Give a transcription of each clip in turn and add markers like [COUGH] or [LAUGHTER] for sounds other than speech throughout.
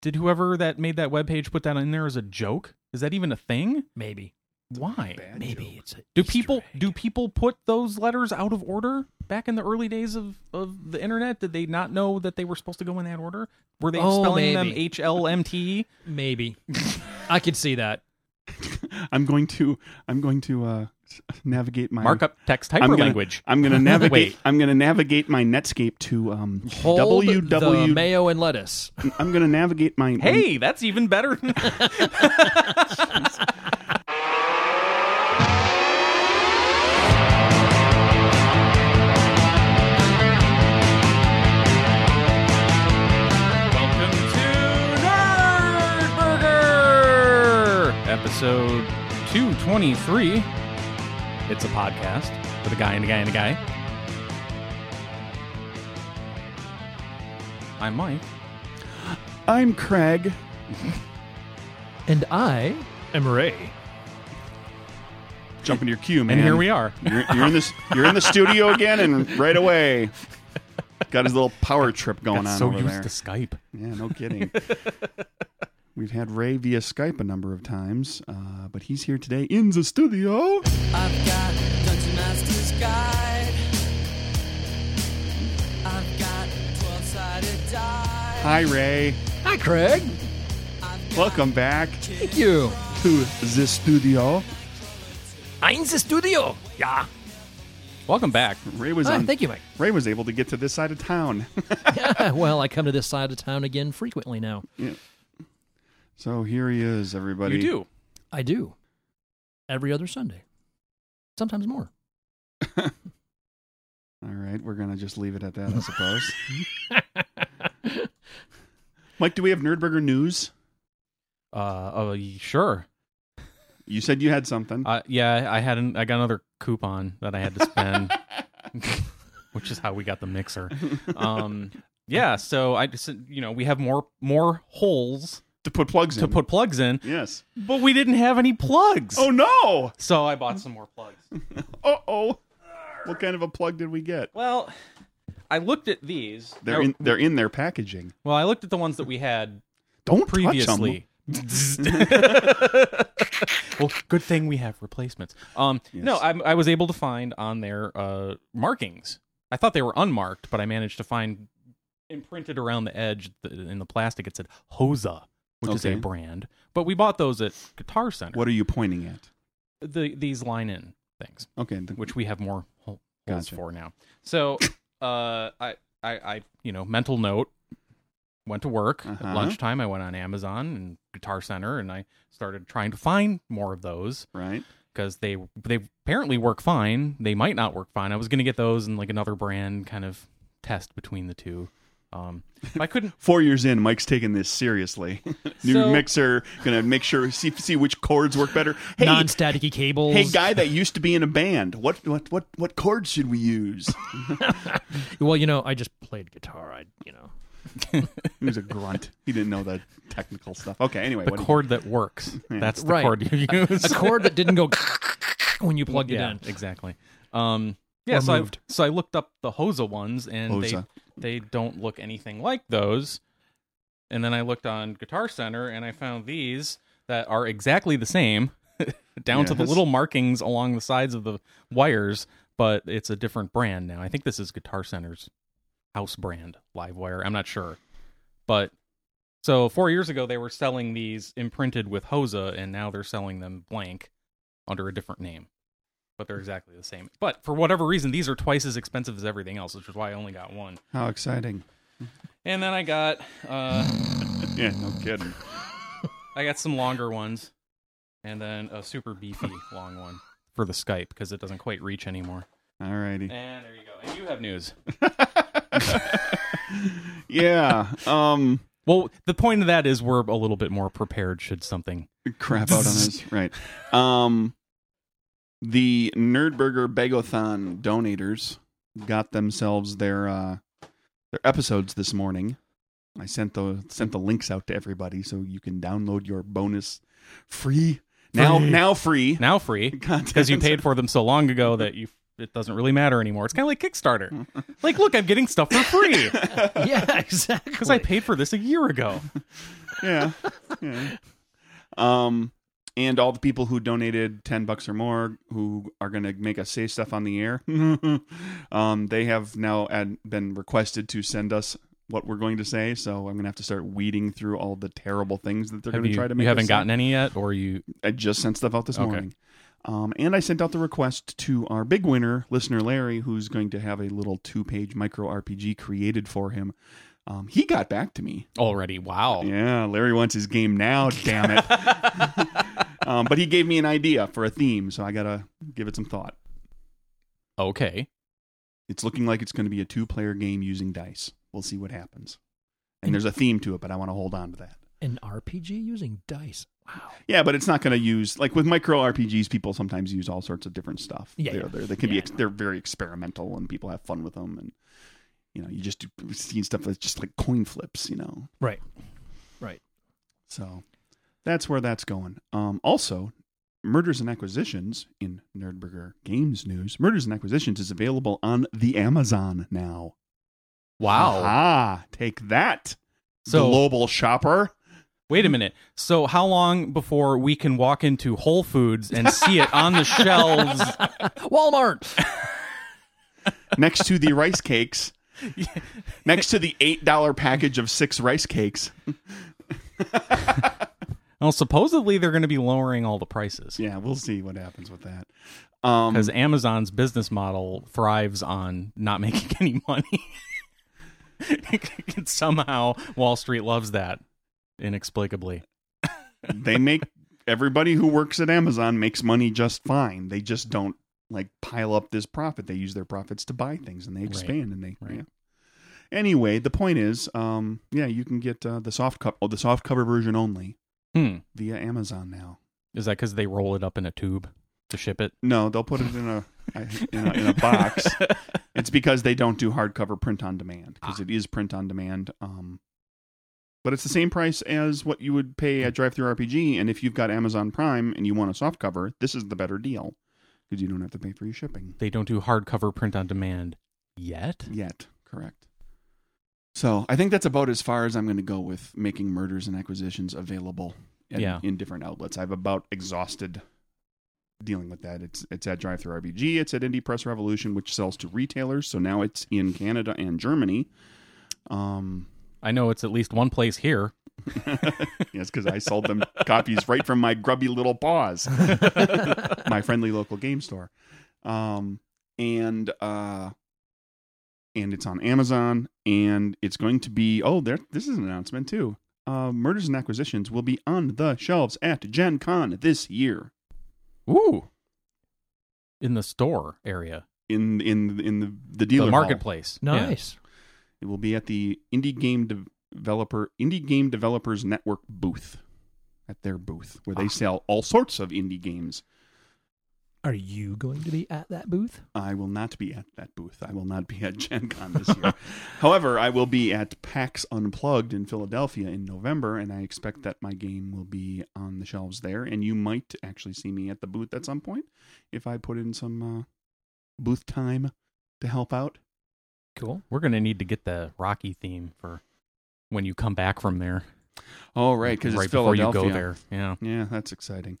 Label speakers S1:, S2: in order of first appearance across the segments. S1: Did whoever that made that webpage put that in there as a joke? Is that even a thing?
S2: Maybe.
S1: Why?
S3: Bad
S2: Maybe
S3: joke.
S2: it's a
S1: Do
S2: Easter
S1: people
S2: egg.
S1: do people put those letters out of order back in the early days of, of the internet? Did they not know that they were supposed to go in that order? Were they
S2: Oh,
S1: spelling them
S2: maybe.
S1: H L M
S2: [LAUGHS]
S1: T? E?
S2: Maybe. I could see that.
S3: I'm going to I'm going to uh, s- navigate my
S1: Markup text hyper
S3: I'm gonna,
S1: language. [LAUGHS]
S3: I'm going to navigate.
S1: Wait.
S3: I'm going to navigate my Netscape to um,
S2: Hold the
S3: www.
S2: mayo and lettuce.
S3: I'm going to navigate my
S1: Hey, that's even better. Welcome to Nerd Burger, episode 223. It's a podcast with a guy and a guy and a guy. I'm Mike.
S3: I'm Craig.
S2: And I am Ray.
S3: Jump into your queue, man.
S1: And here we are.
S3: You're, you're in this. You're in the studio again, and
S1: [LAUGHS]
S3: right away, got his little power trip going on
S1: so
S3: over
S1: used
S3: there.
S1: to Skype.
S3: Yeah, no kidding. We've had Ray via Skype a number of times, uh, but he's here today in the studio.
S4: I've got Dungeon Master's Guide. I've got 12 sided die.
S3: Hi, Ray.
S2: Hi, Craig.
S3: Welcome back
S2: Thank you.
S3: to the studio.
S2: Eins Studio. Yeah.
S1: Welcome back.
S3: Ray was
S2: Ah,
S3: on.
S2: thank you, Mike.
S3: Ray was able to get to this side of town. [LAUGHS]
S2: [LAUGHS] well, I come to this side of town again frequently now.
S3: so here he is, everybody.
S1: You do.
S2: I do. Every other Sunday. Sometimes more.
S3: All right, we're gonna just leave it at that, I suppose. Mike, do we have Nerdburger news?
S1: Uh, uh sure.
S3: You said you had something.
S1: Uh, yeah, I had an, I got another coupon that I had to spend, [LAUGHS] which is how we got the mixer. Um, yeah, so I just you know we have more more holes
S3: to put plugs
S1: to
S3: in.
S1: put plugs in,
S3: Yes.
S1: but we didn't have any plugs.
S3: Oh no!
S1: so I bought some more plugs.
S3: Uh oh. What kind of a plug did we get?
S1: Well, I looked at these.
S3: They're
S1: No,
S3: in. They're in their packaging.
S1: well, I looked at the ones that we had
S3: Don't
S1: previously. [LAUGHS] well, good thing we have replacements. Um, No,
S3: Yes.
S1: I, I was able to find on their uh, markings. I thought they were unmarked, but I managed to find imprinted around the edge th- in the plastic. It said Hosa, which is a
S3: Okay.
S1: brand. But we bought those at Guitar Center.
S3: What are you pointing at?
S1: The, these line in things
S3: Okay. the-
S1: which we have more hol- holes
S3: Gotcha.
S1: for now. So, [COUGHS] uh, I, I, I, you know, mental note. Went to work
S3: Uh-huh.
S1: at lunchtime. I went on Amazon and Guitar Center, and I started trying to find more of those
S3: right.
S1: because they they apparently work fine. They might not work fine. I was gonna get those and like another brand kind of test between the two. Um, but I couldn't.
S3: Four years in, Mike's taking this seriously. [LAUGHS] New
S1: So-
S3: mixer, gonna make sure see see which chords work better. Hey,
S2: Non-staticky cables.
S3: hey, guy that used to be in a band. What what what what chords should we use?
S2: Well, you know, I just played guitar. I, you know.
S3: He was a grunt. He didn't know the technical stuff. Okay. Anyway,
S1: The
S3: [LAUGHS] what do you-
S1: chord that
S3: [LAUGHS]
S1: works. That's the
S2: Right.
S1: chord you use.
S2: A chord that didn't go [LAUGHS] when you plugged
S1: yeah,
S2: it in. [LAUGHS]
S1: exactly. Um, yeah,
S2: Or
S1: so I,
S2: moved.
S1: so I looked up the Hosa ones, and
S3: Hosa.
S1: they they don't look anything like those. And then I looked on Guitar Center, and I found these that are exactly the same, [LAUGHS] down to the
S3: Yes.
S1: little markings along the sides of the wires. But it's a different brand now. I think this is Guitar Center's house brand, Livewire. I'm not sure, but so four years ago they were selling these imprinted with Hosa, and now they're selling them blank under a different name but they're exactly the same. But for whatever reason, these are twice as expensive as everything else, which is why I only got one.
S3: how exciting.
S1: And then I got uh,
S3: Yeah, no kidding.
S1: I got some longer ones, and then a super beefy [LAUGHS] long one for the Skype because it doesn't quite reach anymore. [LAUGHS]
S3: All righty. [LAUGHS]
S1: And there you go. And you have news.
S3: Yeah. Um
S1: Well, the point of that is we're a little bit more prepared should something.
S3: crap
S1: [LAUGHS]
S3: out on us. Right. Um the Nerdburger Begothon donators got themselves their uh their episodes this morning. I sent the sent the links out to everybody so you can download your bonus free now
S1: Free.
S3: now free
S1: Now free
S3: content
S1: because you paid for them so long ago that you it doesn't really matter anymore. It's kind of like
S3: [LAUGHS]
S1: Kickstarter. Like, look, I'm getting stuff for free
S2: Yeah, exactly.
S1: because I paid for this a year ago.
S3: yeah. yeah. Um, and all the people who donated ten bucks or more, who are going to make us say stuff on the air, [LAUGHS] um, they have now ad- been requested to send us what we're going to say. So I'm going to have to start weeding through all the terrible things that they're
S1: Have
S3: going to
S1: you,
S3: try to
S1: you
S3: make.
S1: haven't
S3: us say.
S1: gotten any yet, or you?
S3: I just sent stuff out this
S1: Okay.
S3: morning. Um, and I sent out the request to our big winner, listener Larry, who's going to have a little two page micro RPG created for him. Um, he got back to me.
S1: Already, wow.
S3: Yeah, Larry wants his game now, damn it. um, but he gave me an idea for a theme, so I got to give it some thought.
S1: Okay,
S3: It's looking like it's going to be a two player game using dice. We'll see what happens. And there's a theme to it, but I want to hold on to that.
S2: An RPG using dice. Wow.
S3: Yeah, but it's not going to use like with micro RPGs. People sometimes use all sorts of different stuff.
S2: Yeah,
S3: they're,
S2: yeah.
S3: They're, they can be
S2: Yeah,
S3: ex- they're very experimental, and people have fun with them. And you know, you just do, we've seen stuff that's just like coin flips. You know,
S2: Right. Right.
S3: So that's where that's going. Um, also, Murders and Acquisitions in Nerdburger Games news. Murders and Acquisitions is available on the Amazon now.
S1: wow.
S3: Ah, take that,
S1: So-
S3: global shopper.
S1: Wait a minute. So, how long before we can walk into Whole Foods and see it on
S3: [LAUGHS]
S1: the shelves?
S2: Walmart.
S3: next to the
S1: [LAUGHS]
S3: rice cakes, next to the eight dollar package of six rice cakes.
S1: Well, supposedly they're going to be lowering all the prices
S3: Yeah, we'll see what happens with that. Um,
S1: [LAUGHS] because Amazon's business model thrives on not [LAUGHS] making any money. [LAUGHS] And Somehow, Wall Street loves that inexplicably.
S3: they make everybody who works at Amazon makes money just fine. They just don't like pile up this profit. They use their profits to buy things and they expand and they.
S1: right.
S3: yeah. Anyway, the point is, um, yeah, you can get uh, the soft cover, oh, the soft cover version only
S1: Hmm.
S3: via Amazon now.
S1: Is that because they roll it up in a tube to ship it?
S3: No, they'll put it in a in a, in a box. it's because they don't do hardcover print on demand because it is print on demand. Um, but it's the same price as what you would pay at Drive Through RPG, and if you've got Amazon Prime and you want a soft cover, this is the better deal because you don't have to pay for your shipping
S1: They don't do hardcover print on demand yet.
S3: yet. Correct. So I think that's about as far as I'm going to go with making murders and acquisitions available. In,
S1: Yeah.
S3: in different outlets. I've about exhausted dealing with that. It's it's at Drive Through RBG. It's at Indie Press Revolution, which sells to retailers. So now it's in Canada and Germany. Um,
S1: I know it's at least one place here.
S3: [LAUGHS] yes, because I sold them copies right from my grubby little paws, [LAUGHS] my friendly local game store, um, and uh, and it's on Amazon, and it's going to be oh there this is an announcement too. Uh, Murders and Acquisitions will be on the shelves at Gen Con this year
S1: Ooh. In the store area,
S3: in in in the the dealer
S1: the
S3: hall.
S1: marketplace. Yeah.
S2: [LAUGHS] Nice.
S3: It will be at the indie game De- developer indie game developers network booth at their booth where they sell all sorts of indie games.
S2: Are you going to be at that booth?
S3: I will not be at that booth. I will not be at [LAUGHS] Gen Con this year. However, I will be at PAX Unplugged in Philadelphia in November, and I expect that my game will be on the shelves there. And you might actually see me at the booth at some point if I put in some uh, booth time to help out.
S2: [LAUGHS] Cool.
S1: We're gonna need to get the Rocky theme for when you come back from there.
S3: Oh, right, because
S1: right
S3: it's
S1: before
S3: Philadelphia.
S1: you go there. Yeah.
S3: Yeah, that's [LAUGHS] exciting.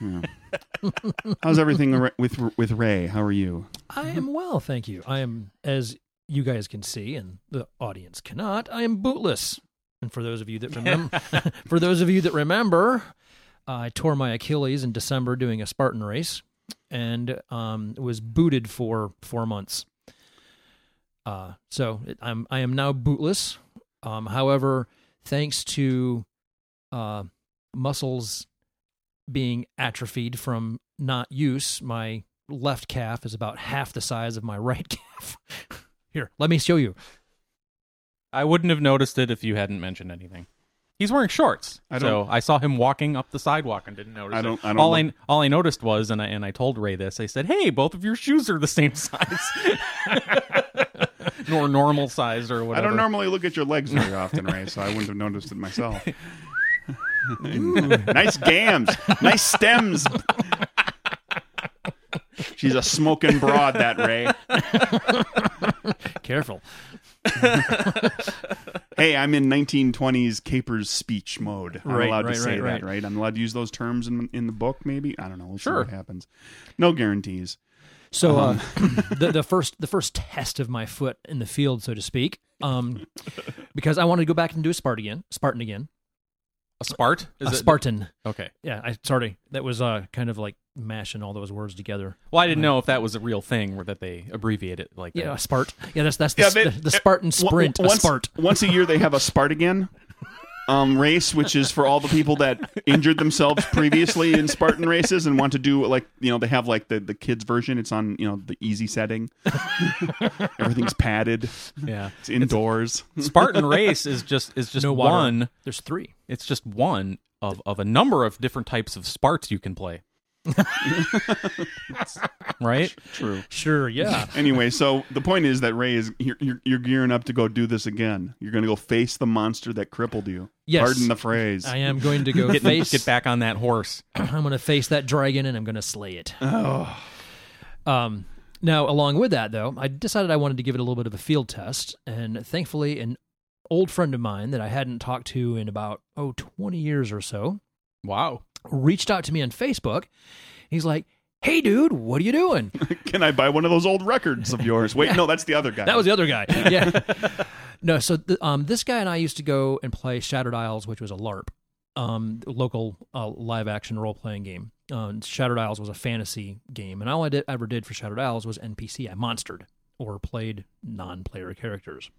S3: Yeah. How's everything [LAUGHS] ar- with with Ray? How are you?
S2: I am well, thank you. I am, as you guys can see and the audience cannot, I am bootless. And for those of you that remember, for those of you that remember, I tore my Achilles in December doing a Spartan race, and um, was booted for four months. Uh, so it, I'm I am now bootless. Um, however, thanks to uh, muscles being atrophied from not use, my left calf is about half the size of my right [LAUGHS] calf. Here, let me show you.
S1: I wouldn't have noticed it if you hadn't mentioned anything. He's wearing shorts,
S3: I
S1: so I saw him walking up the sidewalk and didn't notice.
S3: I don't-
S1: It.
S3: I don't
S1: all
S3: look-
S1: I all I noticed was, and I and I told Ray this. I said, "Hey, both of your shoes are the same size, [LAUGHS] nor normal size or whatever."
S3: I don't normally look at your legs
S2: [LAUGHS]
S3: very often, Ray, so I wouldn't have noticed it myself. nice gams, nice stems. She's a smoking broad, that Ray.
S2: Careful.
S3: hey, I'm in 1920s capers speech mode. I'm
S2: Right,
S3: allowed
S2: right,
S3: to say
S2: right, right.
S3: that, right? I'm allowed to use those terms in in the book. Maybe I don't know. We'll see
S1: Sure.
S3: what happens. No guarantees.
S2: So uh, [CLEARS THROAT] the the first the first test of my foot in the field, so to speak, um, because I wanted to go back and do a Spartan again. Spartan again.
S1: A Spart? Is
S2: a
S1: it-
S2: Spartan.
S1: Okay.
S2: Yeah, I sorry. That was uh, kind of like mashing all those words together.
S1: Well, I didn't know if that was a real thing or that they abbreviate it like
S2: Yeah, a
S1: that.
S2: Spart. Yeah, that's that's the,
S3: Yeah,
S2: s-
S3: they-
S2: the, the Spartan
S3: Wa-
S2: sprint.
S3: once,
S2: a Spart.
S3: [LAUGHS] once a year they have a Spart again um, race, which is for all the people that injured themselves previously in Spartan races and want to do like you know they have like the the kids version. It's on you know the easy setting. [LAUGHS] Everything's padded.
S1: Yeah.
S3: It's indoors.
S1: Spartan race is just is just
S2: No water.
S1: one.
S2: There's three.
S1: It's just one of of a number of different types of Sparts you can
S2: [LAUGHS]
S1: play. right?
S3: True.
S2: Sure. Yeah.
S3: Anyway, so the point is that Ray is you're, you're, you're gearing up to go do this again. You're going to go face the monster that crippled you.
S2: Yes.
S3: Pardon the
S2: [LAUGHS]
S3: phrase.
S2: I am going to go
S1: Get,
S2: face.
S1: get back on that horse.
S2: [CLEARS THROAT] I'm going to face that dragon and I'm going to slay it. Um, now, along with that, though, I decided I wanted to give it a little bit of a field test. And thankfully, an old friend of mine that I hadn't talked to in about, oh, 20 years or so
S1: Wow.
S2: reached out to me on Facebook. He's like, Hey, dude, what are you doing?
S3: Can I buy one of those old records of yours? Wait, no, that's the other guy.
S2: That was the other guy. Yeah. no, so th- um, this guy and I used to go and play Shattered Isles, which was a LARP, um, local uh, live action role playing game. Um, Shattered Isles was a fantasy game, and all I did, ever did for Shattered Isles was NPC. I monstered or played non player characters.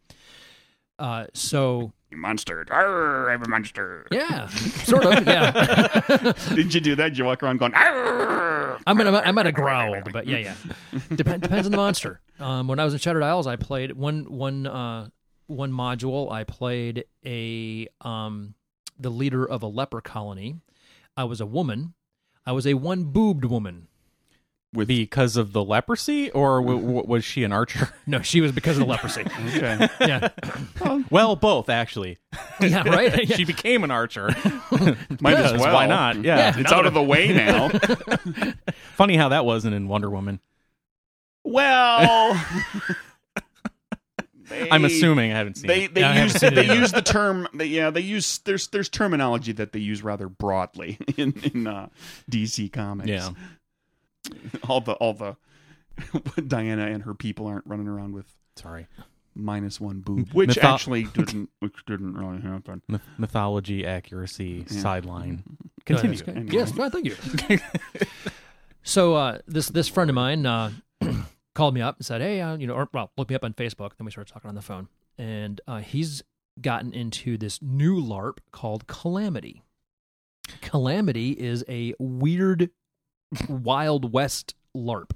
S2: Uh, so
S3: monster. Arr, I'm a monster.
S2: yeah, sort of.
S3: [LAUGHS]
S2: Yeah,
S3: Did you do that? Did you walk around going? Arr!
S2: I'm gonna I'm gonna growl, but yeah, yeah. Dep- depends on the monster. Um, when I was in Shattered Isles, I played one one uh, one module. I played a um, the leader of a leper colony. I was a woman. I was a one boobed woman.
S3: With
S1: Because of the leprosy or w- w- was she an
S3: [LAUGHS]
S1: archer?
S2: No, she was because of the leprosy.
S3: okay.
S2: Yeah,
S1: Well, both actually.
S2: yeah, right.
S1: She became an archer.
S3: [LAUGHS] Might as
S1: Because
S3: well.
S1: Why not? Yeah.
S2: Yeah.
S3: It's out of the way
S2: [LAUGHS]
S3: now.
S1: Funny how that wasn't in Wonder Woman.
S2: [LAUGHS]
S3: well, they-
S1: I'm assuming I haven't seen
S3: they
S1: it.
S3: they
S2: Yeah, I haven't
S3: use
S2: seen it
S3: they
S2: either.
S3: use the term. They, yeah, they use there's there's terminology that they use rather broadly [LAUGHS] in in uh, DC comics.
S1: Yeah.
S3: [LAUGHS] all the all the [LAUGHS] Diana and her people aren't running around with
S1: Sorry.
S3: minus one boob, which
S1: Mytho-
S3: actually didn't which didn't really happen.
S1: Myth- mythology accuracy sideline.
S2: No,
S1: Continue.
S2: that's good.
S3: Anyway.
S2: Yes, well, thank you. [LAUGHS] so uh, this this friend of mine uh, [CLEARS THROAT] called me up and said, "Hey, uh, you know, or well, look me up on Facebook." Then we started talking on the phone, and uh, he's gotten into this new LARP called Calamity. Calamity is a weird Wild West LARP,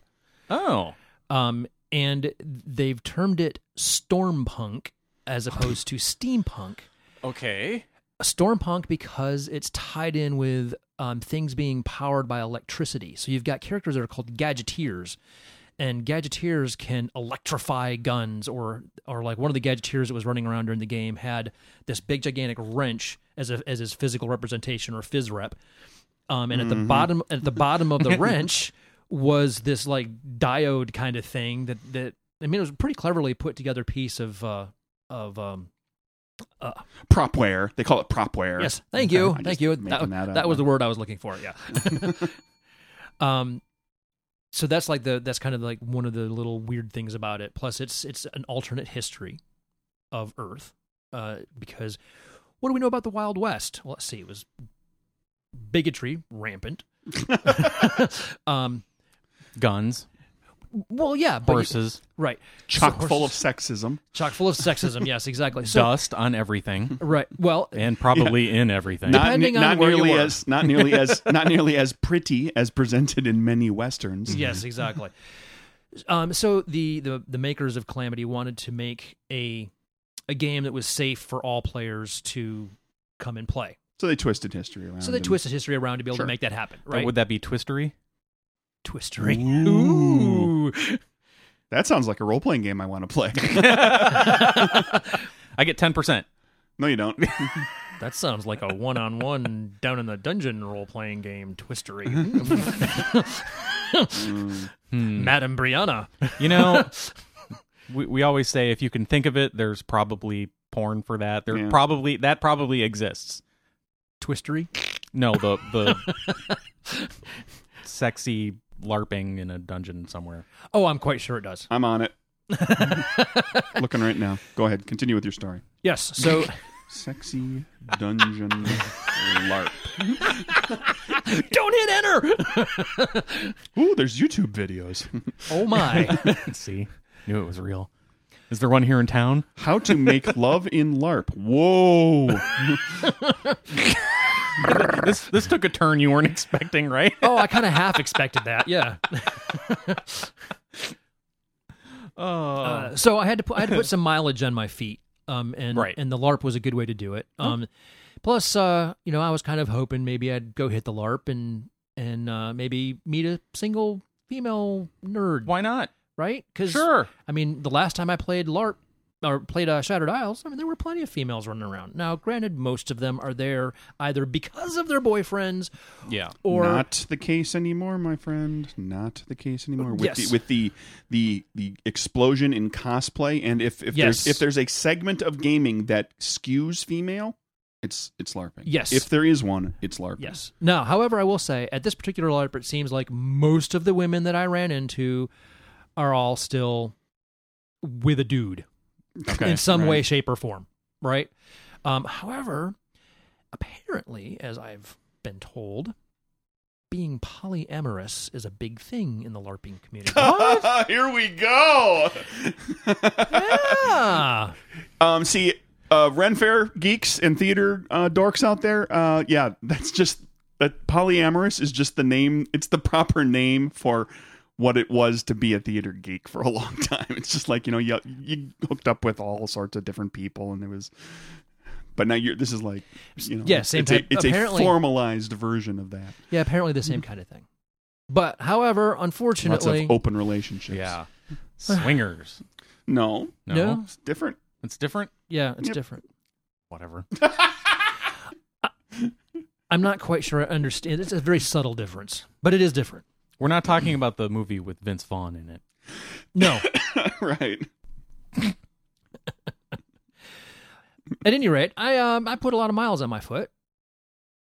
S1: Oh.
S2: um, and they've termed it Stormpunk as opposed to Steampunk
S1: Okay.
S2: stormpunk because it's tied in with um, things being powered by electricity. So you've got characters that are called gadgeteers, and gadgeteers can electrify guns, or or like one of the gadgeteers that was running around during the game had this big gigantic wrench as a, as his physical representation or phys rep, um, and at the bottom at the bottom of the wrench was this like diode kind of thing that that I mean it was a pretty cleverly put together piece of uh, of um,
S3: Propware. They call it propware.
S2: Yes, thank you,
S3: I'm just
S2: thank you. That,
S3: making that up.
S2: that was the word I was looking for. Yeah.
S3: [LAUGHS]
S2: um, so that's like the that's kind of like one of the little weird things about it. Plus, it's it's an alternate history of Earth uh, because what do we know about the Wild West? Well, let's see, it was bigotry
S3: [LAUGHS]
S2: rampant. um,
S1: Guns,
S2: well, yeah, but
S1: horses,
S2: right,
S3: chock
S2: So-
S3: full of sexism.
S2: chock full of sexism. yes, exactly. So
S1: dust on everything,
S2: right, well,
S1: and probably in everything.
S3: Not,
S2: Depending
S3: ne-
S2: on
S3: not
S2: where you
S3: nearly
S2: were.
S3: as not nearly [LAUGHS] as not nearly as pretty as presented in many westerns. [LAUGHS]
S2: Yes, exactly. um, so the, the the makers of Calamity wanted to make a a game that was safe for all players to come and play.
S3: So they twisted history around.
S2: So they
S3: and-
S2: twisted history around to be able
S3: Sure.
S2: to make that happen,
S1: But
S2: right?
S1: Would that be twistery?
S2: [LAUGHS] Twistery.
S3: Ooh.
S2: Ooh.
S3: That sounds like a role playing game I want to [LAUGHS] play.
S1: I get ten percent.
S3: no, you don't.
S2: [LAUGHS] That sounds like a one on one down in the dungeon role playing game, Twistery.
S3: [LAUGHS]
S2: [LAUGHS]
S3: Mm.
S1: Hmm.
S2: Madame Brianna.
S1: [LAUGHS] You know, we we always say if you can think of it, there's probably porn for that. There
S3: Yeah.
S1: probably that probably exists.
S2: Twistery.
S1: No, the the
S3: [LAUGHS]
S1: sexy larping in a dungeon somewhere.
S2: Oh, I'm quite sure it does.
S3: I'm on [LAUGHS] it. Looking right now. Go ahead. Continue with your story.
S2: Yes.
S3: [LAUGHS]
S2: So
S3: Sexy [LAUGHS] dungeon larp.
S2: don't hit enter.
S3: Ooh, there's YouTube videos.
S2: oh
S3: [LAUGHS]
S2: my.
S1: [LAUGHS] See, knew it was real. Is there one here in town?
S3: How to [LAUGHS] make love in LARP. Whoa.
S1: This this took a turn you weren't [LAUGHS] expecting, right?
S2: Oh, I kind of half expected that. Yeah.
S1: Oh,
S2: Uh, so I had to put I had to
S1: [LAUGHS]
S2: put some mileage on my feet. Um, and
S1: Right. Oh.
S2: and the LARP was a good way to do it. Um, plus, uh, you know, I was kind of hoping maybe I'd go hit the LARP and and uh, maybe meet a single female nerd,
S1: why not?
S2: right?
S1: [LAUGHS]
S2: Because
S1: Sure.
S2: I mean, the last time I played LARP or played uh, Shattered Isles, I mean, there were plenty of females running around. Now, granted, most of them are there either because of their boyfriends
S1: Yeah.
S2: or
S3: Not the case anymore, my friend. Not the case anymore. With
S2: Yes.
S3: the with the the the explosion in cosplay and if, if
S2: Yes.
S3: there's if there's a segment of gaming that skews female, it's it's LARPing.
S2: Yes.
S3: If there is one, it's LARPing.
S2: Yes. Now, however, I will say at this particular LARP, it seems like most of the women that I ran into are all still with a dude
S3: Okay.
S2: in some
S3: right. [LAUGHS]
S2: way, shape, or form, right? Um, however, apparently, as I've been told, being polyamorous is a big thing in the LARPing community.
S3: [LAUGHS]
S2: [LAUGHS]
S3: Here we go.
S2: yeah.
S3: Um, see, uh, Ren Fair geeks and theater uh, dorks out there, uh, yeah, that's just that polyamorous is just the name. It's the proper name for what it was to be a theater geek for a long [LAUGHS] time. It's just like you know you you hooked up with all sorts of different people, and it was. But now you're. This is like, you know,
S2: Yeah, same
S3: it's, a,
S2: type.
S3: it's a
S2: Apparently-
S3: formalized version of that.
S2: Yeah, apparently the same kind of thing. But however,
S3: Lots
S2: unfortunately,
S3: of open relationships.
S1: Yeah. Swingers.
S3: No,
S1: No.
S2: No.
S3: it's different. [LAUGHS]
S1: It's different.
S2: yeah, it's
S3: Yep.
S2: different.
S1: Whatever.
S2: I'm not quite sure I understand. It's a very subtle difference, but it is different.
S1: We're not talking about the movie with Vince Vaughn in it.
S2: No. [COUGHS]
S3: right.
S2: At any rate, I um I put a lot of miles on my foot,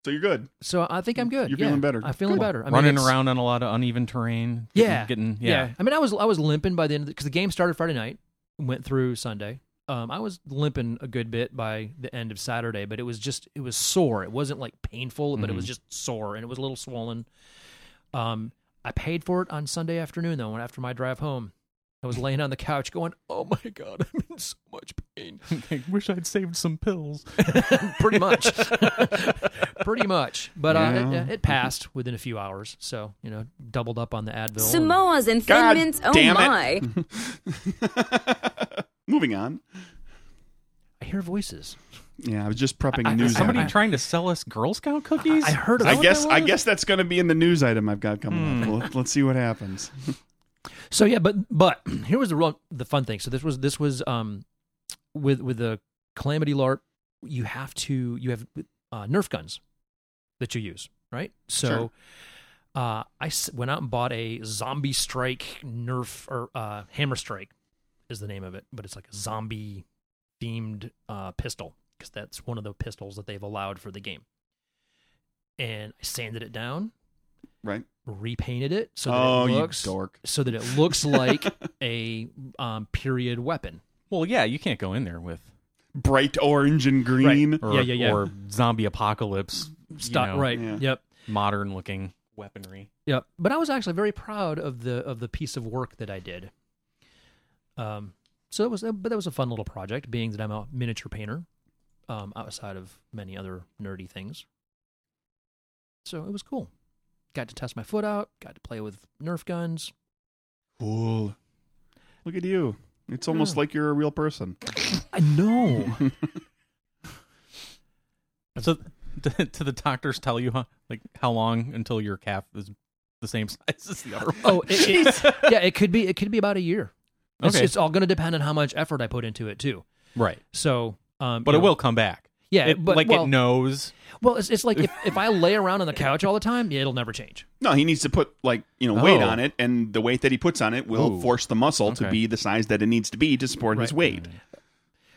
S3: So you're good. [LAUGHS]
S2: so I think I'm good.
S3: You're
S2: Yeah,
S3: feeling better.
S2: I'm feeling
S3: Good.
S2: better. I mean,
S1: Running
S2: it's-
S1: around on a lot of uneven terrain. getting-
S2: Yeah.
S1: Getting,
S2: Yeah.
S1: yeah.
S2: I mean, I was I was limping by the end because the, game started Friday night, went through Sunday. Um, I was limping a good bit by the end of Saturday, but it was just it was sore. It wasn't like painful, but it
S1: Mm-hmm.
S2: was just sore and it was a little swollen. Um, I paid for it on Sunday afternoon though. When after my drive home, I was laying on the couch going, "Oh my god, [LAUGHS] I'm in so much pain." [LAUGHS]
S1: I wish I'd saved some
S3: [LAUGHS]
S1: pills.
S2: pretty much pretty much but uh,
S3: Yeah.
S2: it, it passed within a few hours so you know doubled up on the advil and-
S5: Samoas and thin
S3: God
S5: mints. Oh
S3: damn it.
S5: my.
S3: Moving on.
S2: i hear voices
S3: Yeah, I was just prepping
S2: I- I-
S3: a news
S1: Somebody
S3: item.
S1: trying to sell us Girl Scout cookies?
S2: i heard of
S3: I
S2: that.
S3: guess I guess that's going to be in the news item I've got coming up. Let, let's see what happens.
S2: so yeah but but [CLEARS THROAT] here was the real, the fun thing so this was this was um with with the calamity larp you have to you have uh, nerf guns that you use right so
S3: Sure.
S2: uh i s- went out and bought a zombie strike nerf or uh hammer strike is the name of it, but it's like a zombie themed uh, pistol because that's one of the pistols that they've allowed for the game. And I sanded it down,
S3: Right?
S2: repainted it so that
S3: Oh,
S2: it
S3: you
S2: looks
S3: dork.
S2: so that it looks like a um, period weapon.
S1: well, yeah, you can't go in there with
S3: Bright orange and green.
S1: or,
S2: Yeah, yeah, yeah.
S1: or zombie apocalypse you
S2: Stop.
S1: know,
S2: right.
S3: Yeah.
S2: Yep.
S1: modern looking weaponry.
S2: Yep. But I was actually very proud of the of the piece of work that I did. Um. So it was, but that was a fun little project, being that I'm a miniature painter, um, outside of many other nerdy things. So it was cool. Got to test my foot out. Got to play with Nerf guns.
S3: Cool. Look at you. It's almost
S2: Yeah.
S3: like you're a real person.
S2: I know.
S1: So, [LAUGHS] did the doctors tell you how, like how long until your calf is the same [LAUGHS] size as the other? One?
S2: [LAUGHS] oh, it, it, yeah. It could be. It could be about a year. It's,
S1: Okay.
S2: it's all going to depend on how much effort I put into it too.
S1: right,
S2: So, um,
S1: but
S2: you
S1: it
S2: know,
S1: will come back.
S2: Yeah,
S1: It-
S2: but
S1: like
S2: well,
S1: it knows.
S2: Well, it's, it's like if, if I lay around on the couch all the time, yeah, it'll never change.
S3: No, he needs to put like you know weight
S1: Oh.
S3: on it, and the weight that he puts on it will
S1: Ooh.
S3: force the muscle to
S1: Okay.
S3: be the size that it needs to be to support his
S2: Right.
S3: weight.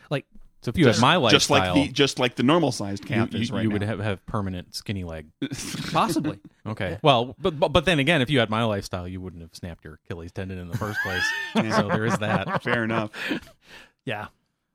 S2: Like
S1: So if you had my lifestyle,
S3: just like the just like the normal sized calf
S1: you,
S3: is
S1: you-
S3: right
S1: you
S3: now.
S1: would have, have permanent skinny leg. [LAUGHS]
S2: Possibly.
S1: Okay. Well, but, but but then again, if you had my lifestyle, you wouldn't have snapped your Achilles tendon in the first place.
S3: [LAUGHS] Yeah.
S1: so there is that.
S3: [LAUGHS] Fair enough.
S2: yeah.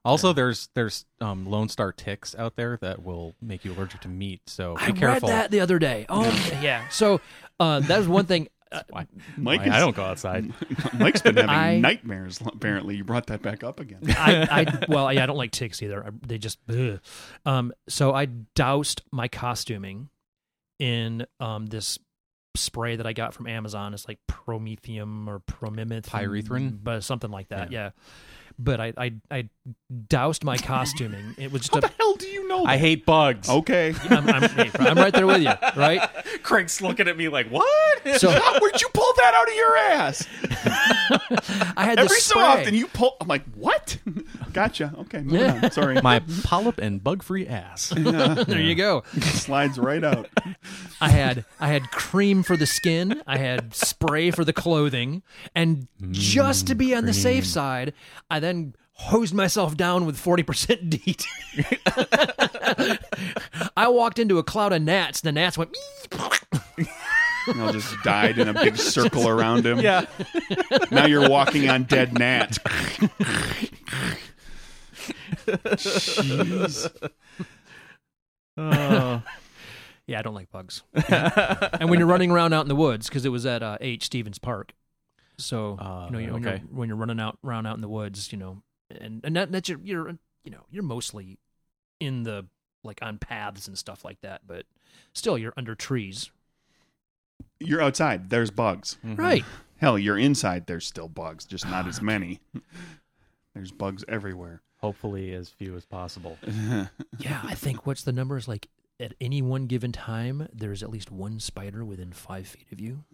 S1: Also, there's there's um, Lone Star ticks out there that will make you allergic to meat. So be
S2: I
S1: careful.
S2: read that the other day. Oh, yeah. So uh, that was one thing. Uh,
S1: Why?
S3: Mike
S1: why I
S3: is-
S1: don't go
S3: [LAUGHS]
S1: outside.
S3: Mike's been having
S2: I-
S3: nightmares. Apparently, you brought that back up again.
S2: [LAUGHS] I, I well, yeah, I don't like ticks either. I, they just ugh. um. So I doused my costuming in um this spray that I got from Amazon. It's like promethium or promimethrin,
S1: Pyrethrin?
S2: but something like that. Yeah. But I, I I doused my costuming. It was just
S3: How
S2: a.
S3: the hell do you know?
S1: I
S3: that?
S1: hate bugs.
S3: [LAUGHS] okay.
S2: I'm, I'm, hey, I'm right there with you, right?
S1: Craig's looking at me like, what?
S2: So
S3: Where'd you pull that out of your ass?
S2: I had
S3: Every
S2: this
S3: so
S2: spray.
S3: often you pull. I'm like, what? [LAUGHS] gotcha. Okay. moving
S2: Yeah.
S3: on. Sorry.
S1: [LAUGHS] my polyp and bug-free
S3: [LAUGHS]
S1: ass.
S2: there you go.
S3: slides right out.
S2: I had I had cream for the skin, I had spray for the clothing, and just to be on the safe side, I then hosed myself down with [LAUGHS] 40% DEET. I walked into a cloud of gnats, and the gnats went
S3: And I'll just died in
S1: [LAUGHS]
S3: a big circle around him.
S1: yeah.
S3: Now you're walking on dead gnats. Jeez.
S2: Yeah, I don't like bugs. and when you're running around out in the woods, because it was at uh, H. Stevens Park, so
S1: Ah,
S2: you know, you- when,
S1: okay.
S2: you're, when you're running out around out in the woods, you know, and and that, that you're you're you know you're mostly in the like on paths and stuff like that, but still you're under trees,
S3: You're outside. There's bugs.
S1: Mm-hmm.
S2: right?
S3: Hell, you're inside. There's still bugs, just not as many. There's bugs everywhere.
S1: [LAUGHS] Hopefully, as few as possible.
S2: Yeah, I think what's the number is like at any one given time there's at least one spider within five feet of you.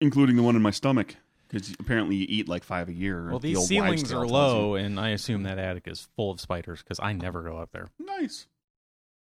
S3: Including the one in my stomach. Because apparently you eat like five a year.
S1: Well,
S3: the
S1: these
S3: old wives'
S1: ceilings
S3: tale
S1: are
S3: tells
S1: low, and I assume that attic is full of spiders because I never go up there.
S3: you. Nice.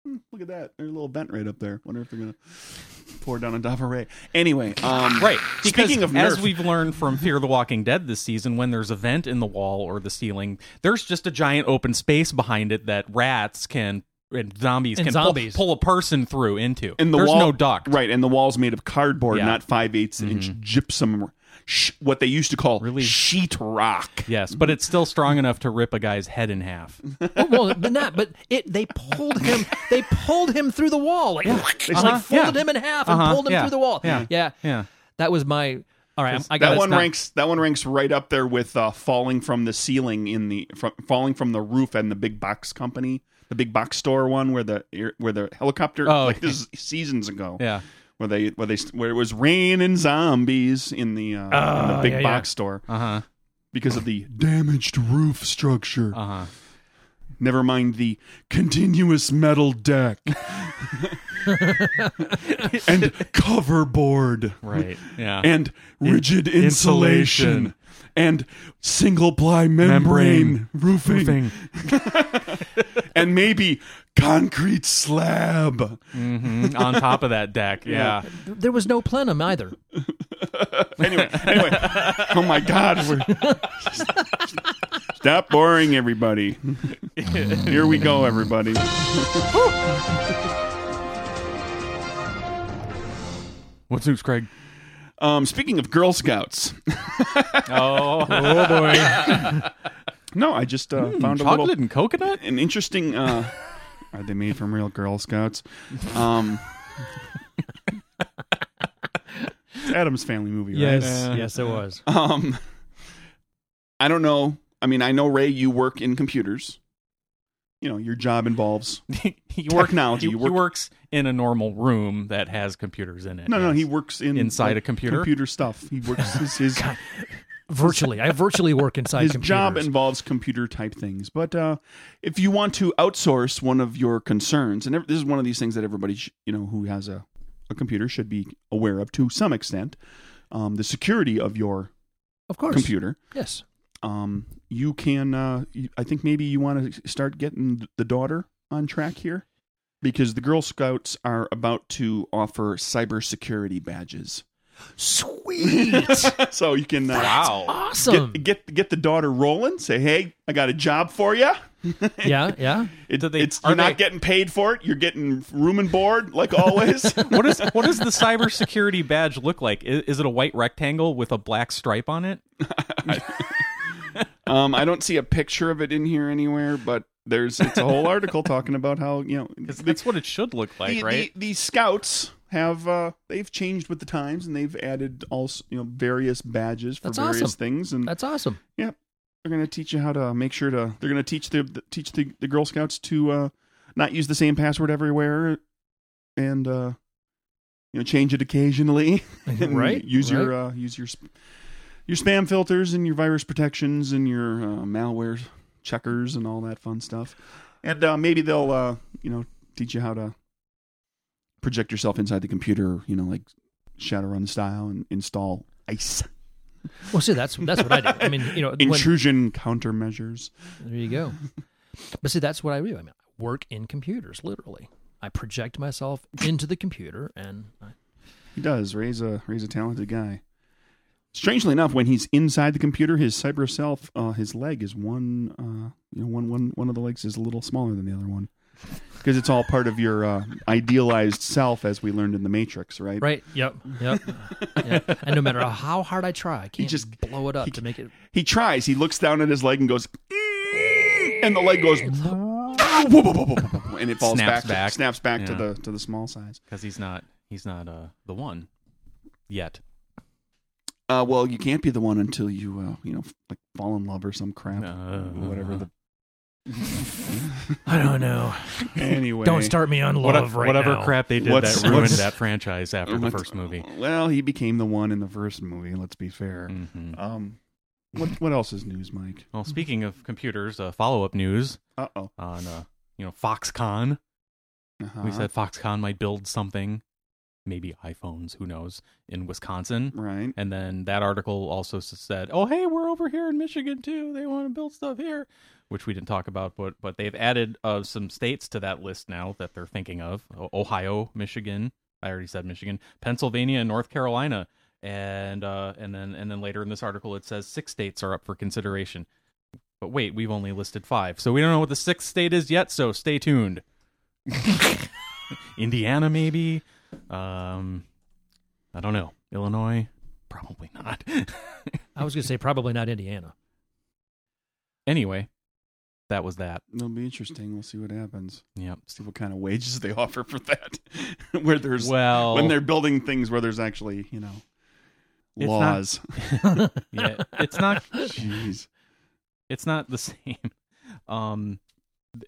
S3: Hmm, Look at that. They're a little bent right up there. Wonder if they're going to pour down on Dava Ray. Anyway, um, [LAUGHS]
S1: Right. Because
S3: Speaking of
S1: as
S3: Nerf-
S1: we've learned from Fear the Walking Dead this season, when there's a vent in the wall or the ceiling, there's just a giant open space behind it that rats can and zombies
S2: And
S1: can pull-
S2: zombies.
S1: Pull, a person through into.
S3: and the
S1: there's
S3: wall
S1: no duct.
S3: right and the wall's made of cardboard
S1: Yeah. Mm-hmm.
S3: not 5 eighths inch gypsum sh- what they used to call
S1: Really-
S3: sheet rock
S1: Yes, but it's still strong enough to rip a guy's head in
S3: [LAUGHS]
S1: half.
S2: Oh, well, but not. But it they pulled him. They pulled him through the wall. Like,
S3: They
S2: like
S1: said-
S2: folded
S1: yeah.
S2: him in half and
S1: Uh-huh,
S2: pulled him
S1: yeah,
S2: through the wall.
S1: yeah,
S2: yeah.
S1: yeah.
S2: That was my. All right, I'm- I got
S3: that one ranks that one ranks right up there with uh, falling from the ceiling in the from, falling from the roof and the big box company the big box store one where the air- where the helicopter
S1: Oh,
S3: like this is seasons ago
S1: Yeah.
S3: where they where they where it was raining zombies in the uh, in the
S2: Oh,
S3: big
S2: yeah,
S3: box store
S1: Uh-huh.
S3: because of the damaged roof structure
S1: Uh-huh.
S3: never mind the continuous metal [LAUGHS] deck and cover board
S1: Right. Yeah.
S3: and rigid
S1: insulation.
S3: insulation and single ply membrane, roofing, and maybe concrete slab.
S1: Mhm. On top of that
S3: [LAUGHS]
S1: deck. Yeah.
S2: There was no plenum either.
S3: Anyway, anyway. oh my God. We're... Stop boring everybody. Here we go, everybody.
S1: What's news, Craig?
S3: Um, speaking of Girl Scouts, [LAUGHS]
S1: Oh, oh boy.
S3: no, I just uh, found a
S1: Hmm, Chocolate
S3: little
S1: and coconut?
S3: an interesting uh are they made from real girl scouts um it's adam's family movie right
S1: Uh,
S2: yes, it was.
S3: um i don't know i mean i know ray you work in computers you know your job involves
S1: [LAUGHS] he
S3: Technology,
S1: He,
S3: you
S1: he
S3: work-
S1: works in a normal room that has computers in it.
S3: no no
S1: yes.
S3: he works in
S1: Inside a computer?
S3: computer stuff he works his
S1: [LAUGHS]
S3: his,
S2: Virtually, I virtually work inside
S3: his
S2: computers.
S3: job involves computer type things but uh if you want to outsource one of your concerns and ev- this is one of these things that everybody sh- you know who has a a computer should be aware of to some extent um, the security of your
S2: of course.
S3: computer.
S2: Yes.
S3: Um, you can. Uh, you- I think maybe you want to start getting the daughter on track here,
S1: [LAUGHS]
S3: because the Girl Scouts are about to offer cybersecurity badges
S2: Sweet.
S3: so you can uh,
S1: Wow.
S2: [LAUGHS] awesome.
S3: get, get get the daughter rolling. Say, hey, I got a job for you.
S2: yeah, yeah.
S3: It,
S1: Do they-
S3: it's
S1: are
S3: you're not
S1: they-
S3: getting paid for it. You're getting room and board, like
S1: [LAUGHS]
S3: always.
S1: [LAUGHS] What is what does the cybersecurity badge look like? Is, is it a white rectangle with a black stripe on it?
S3: um, I don't see a picture of it in here anywhere, but there's it's a whole article talking about how you know
S1: 'Cause
S3: the,
S1: That's what it should look like,
S3: the,
S1: right?
S3: the, the scouts have uh, they've changed with the times and they've added also you know various badges for
S2: That's
S3: various
S2: awesome.
S3: things and
S2: That's awesome.
S3: they're going to teach you how to make sure to they're going to teach the, the teach the, the girl scouts to uh not use the same password everywhere and uh you know change it occasionally [LAUGHS] [LAUGHS] and
S2: right?
S3: use
S2: right?
S3: your uh use your sp- your spam filters and your virus protections and your uh, malware checkers and all that fun stuff and uh maybe they'll uh you know teach you how to project yourself inside the computer you know like shadowrun style and install ice uh,
S2: Well, see, that's that's what I do. I mean, you
S3: [LAUGHS]
S2: know, when,
S3: intrusion countermeasures
S2: there you go. But see, that's what I do. I mean, I work in computers, literally. I project myself into the computer, and I,
S3: He does raise a raise a talented guy. Strangely enough, when he's inside the computer, his cyber self, uh, his leg is one, uh, you know, one one one of the legs is a little smaller than the other one because it's all part of your uh, idealized self, as we learned in the Matrix, right?
S2: right? Yep, yep, yep. And no matter how hard I try, I can't
S3: just-
S2: just blow it up
S3: he-
S2: to make it.
S3: He tries. He looks down at his leg and goes, "Mm," and the leg goes, and it falls
S1: Snaps
S3: back,
S1: back.
S3: snaps back to
S1: Yeah.
S3: the to the small size.
S1: Because he's not he's not uh the one yet.
S3: Uh, well, you can't be the one until you, uh, you know, f- like fall in love or some crap,
S1: Uh, [LAUGHS]
S3: whatever the.
S2: I don't know.
S3: Anyway,
S2: Don't start me on
S1: What-
S2: love right
S1: whatever
S2: now.
S1: crap they did
S3: What's-
S1: that ruined
S3: what's-
S1: that franchise after the
S3: What-
S1: first [LAUGHS] movie.
S3: Well, he became the one in the first movie. Let's be fair.
S1: Mhm.
S3: Um, what what else is news, Mike?
S1: Well, speaking of computers, uh, follow up news
S3: Uh oh.
S1: on uh, you know Foxconn.
S3: Uh-huh.
S1: We said Foxconn might build something, maybe iPhones, who knows, in Wisconsin.
S3: right.
S1: And then that article also s- said, "Oh, hey, we're over here in Michigan too. They want to build stuff here," which we didn't talk about, but but they've added uh, some states to that list now that they're thinking of: O- Ohio, Michigan. I already said Michigan, Pennsylvania, and North Carolina, and uh, and then and then later in this article it says six states are up for consideration. But wait, we've only listed five, so we don't know what the sixth state is yet. So stay tuned. Indiana, maybe. Um, I don't know. Illinois, probably not. [LAUGHS]
S2: I was going to say probably not Indiana.
S1: anyway, that was that.
S3: It'll be interesting. We'll see what happens.
S1: Yep.
S3: See what kind of wages they [LAUGHS] offer for that. where there's
S1: Well,
S3: when they're building things where there's actually you know
S1: It's not- [LAUGHS]
S3: laws.
S1: yeah, it's
S3: [LAUGHS]
S1: not
S3: Jeez.
S1: it's not the [LAUGHS] same. Um,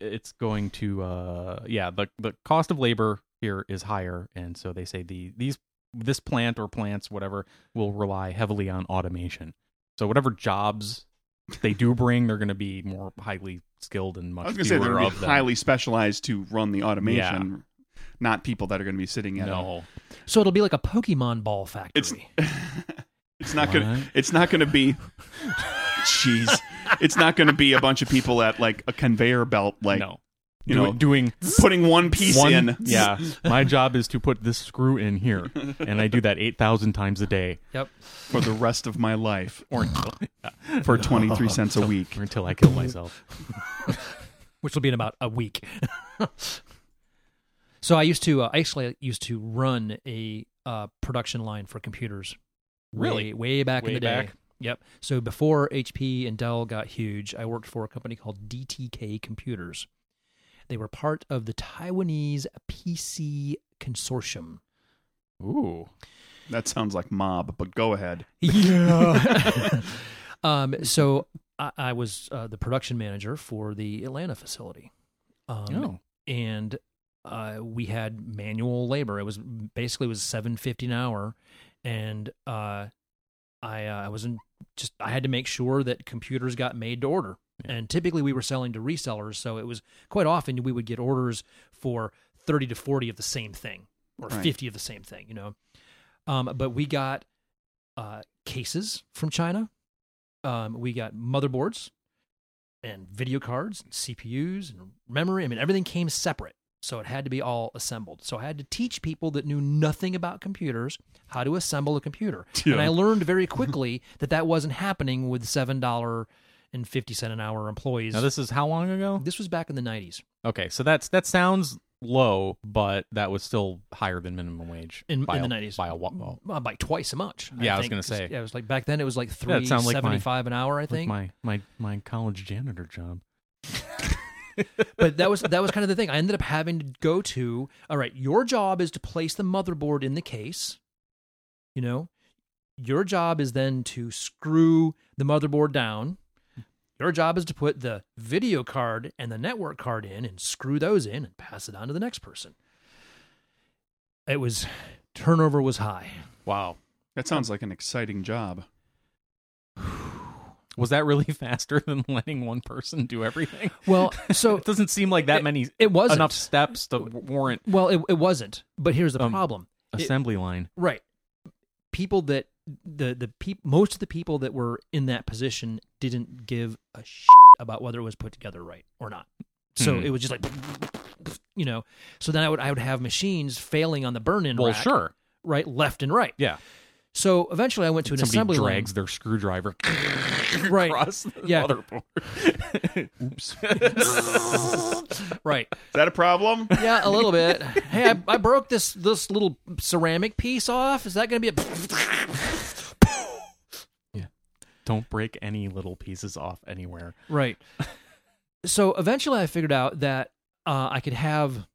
S1: it's going to uh, yeah, the the cost of labor here is higher, and so they say the these this plant or plants whatever will rely heavily on automation. So whatever jobs they do bring, they're going to be more highly skilled and much
S3: I was gonna say they're
S1: fewer
S3: gonna
S1: of
S3: be
S1: them.
S3: highly specialized to run the automation, not people that are going to be sitting at.
S1: no.
S2: So it'll be like a Pokemon ball factory.
S3: It's- it's not gonna.
S1: What?
S3: It's not gonna be. Jeez. It's not going to be a bunch of people at like a conveyor belt, like
S1: no.
S3: you
S1: Do-
S3: know,
S1: doing
S3: putting one piece
S1: one.
S3: in.
S1: [LAUGHS] Yeah, my job is to put this screw in here, and I do that eight thousand times a day,
S2: yep.
S3: for the rest of my life
S1: or until, [LAUGHS]
S3: for 23 cents a week.
S1: or until I kill myself.
S2: which will be in about a week. [LAUGHS] so I used to, uh, I actually used to run a uh, production line for computers.
S1: Really?
S2: way, way back
S1: Way
S2: in the day.
S1: back.
S2: Yep. So before HP and Dell got huge, I worked for a company called DTK Computers. They were part of the Taiwanese PC consortium.
S1: Ooh,
S3: That sounds like mob, but go ahead.
S2: Yeah. [LAUGHS] um, so I, I was uh, the production manager for the Atlanta facility. Um,
S1: Oh.
S2: And uh, we had manual labor. It was basically it was seven fifty an hour, and uh, I uh, I was in just I had to make sure that computers got made to order.
S1: Yeah.
S2: And typically we were selling to resellers, so it was quite often we would get orders for thirty to forty of the same thing or
S3: Right.
S2: fifty of the same thing, you know. Um, but we got uh, cases from China. Um, we got motherboards and video cards and CPUs and memory. I mean, everything came separate. So it had to be all assembled. So I had to teach people that knew nothing about computers how to assemble
S1: [LAUGHS]
S2: a computer. And I learned very quickly that that wasn't happening with $7.50 an hour employees.
S1: Now this is how long ago?
S2: this was back in the 90s.
S1: Okay, so that's that sounds low, but that was still higher than minimum wage
S2: In-
S1: by
S2: in the Mm,
S1: a-
S2: 90s.
S1: By a wa- well,
S2: Well, by twice as much.
S1: Yeah, I was
S2: think,
S1: gonna
S2: 'cause,
S1: say.
S2: Yeah, it was like back then. It was like
S1: Yeah,
S2: three
S1: it sounds like my-
S2: seventy-five an hour, I
S1: like
S2: think.
S1: my my my college janitor job.
S2: but that was that was kind of the thing. I ended up having to go to. All right, your job is to place the motherboard in the case. You know, your job is then to screw the motherboard down. Your job is to put the video card and the network card in and screw those in and pass it on to the next person. It was turnover was high.
S1: Wow,
S3: That sounds like an exciting job.
S1: was that really [LAUGHS] faster than letting one person do
S2: [LAUGHS]
S1: everything?
S2: Well,
S1: [LAUGHS]
S2: so
S1: It doesn't seem like that many
S2: it wasn't
S1: enough steps to warrant
S2: Well, it, it wasn't. But here's the
S1: Um,
S2: problem. It-
S1: assembly line.
S2: right. People that the the peop, most of the people that were in that position didn't give a shit about whether it was put together right or not. So
S1: Hmm.
S2: it was just like [SNIFFS] you know. So then I would I would have machines failing on the burn-in
S1: Well,
S2: rack,
S1: sure,
S2: right, left and right.
S1: yeah.
S2: So eventually I went to an
S1: Somebody
S2: assembly
S1: drags their screwdriver [LAUGHS]
S2: line. Right.
S1: across the
S2: Yeah.
S1: motherboard.
S2: [LAUGHS]
S1: [LAUGHS]
S2: Right.
S3: Is that a problem?
S2: Yeah, a little bit. hey, I, I broke this this little ceramic piece off. Is that going to be a
S1: Don't break any little pieces off anywhere.
S2: Right. so eventually I figured out that uh, I could have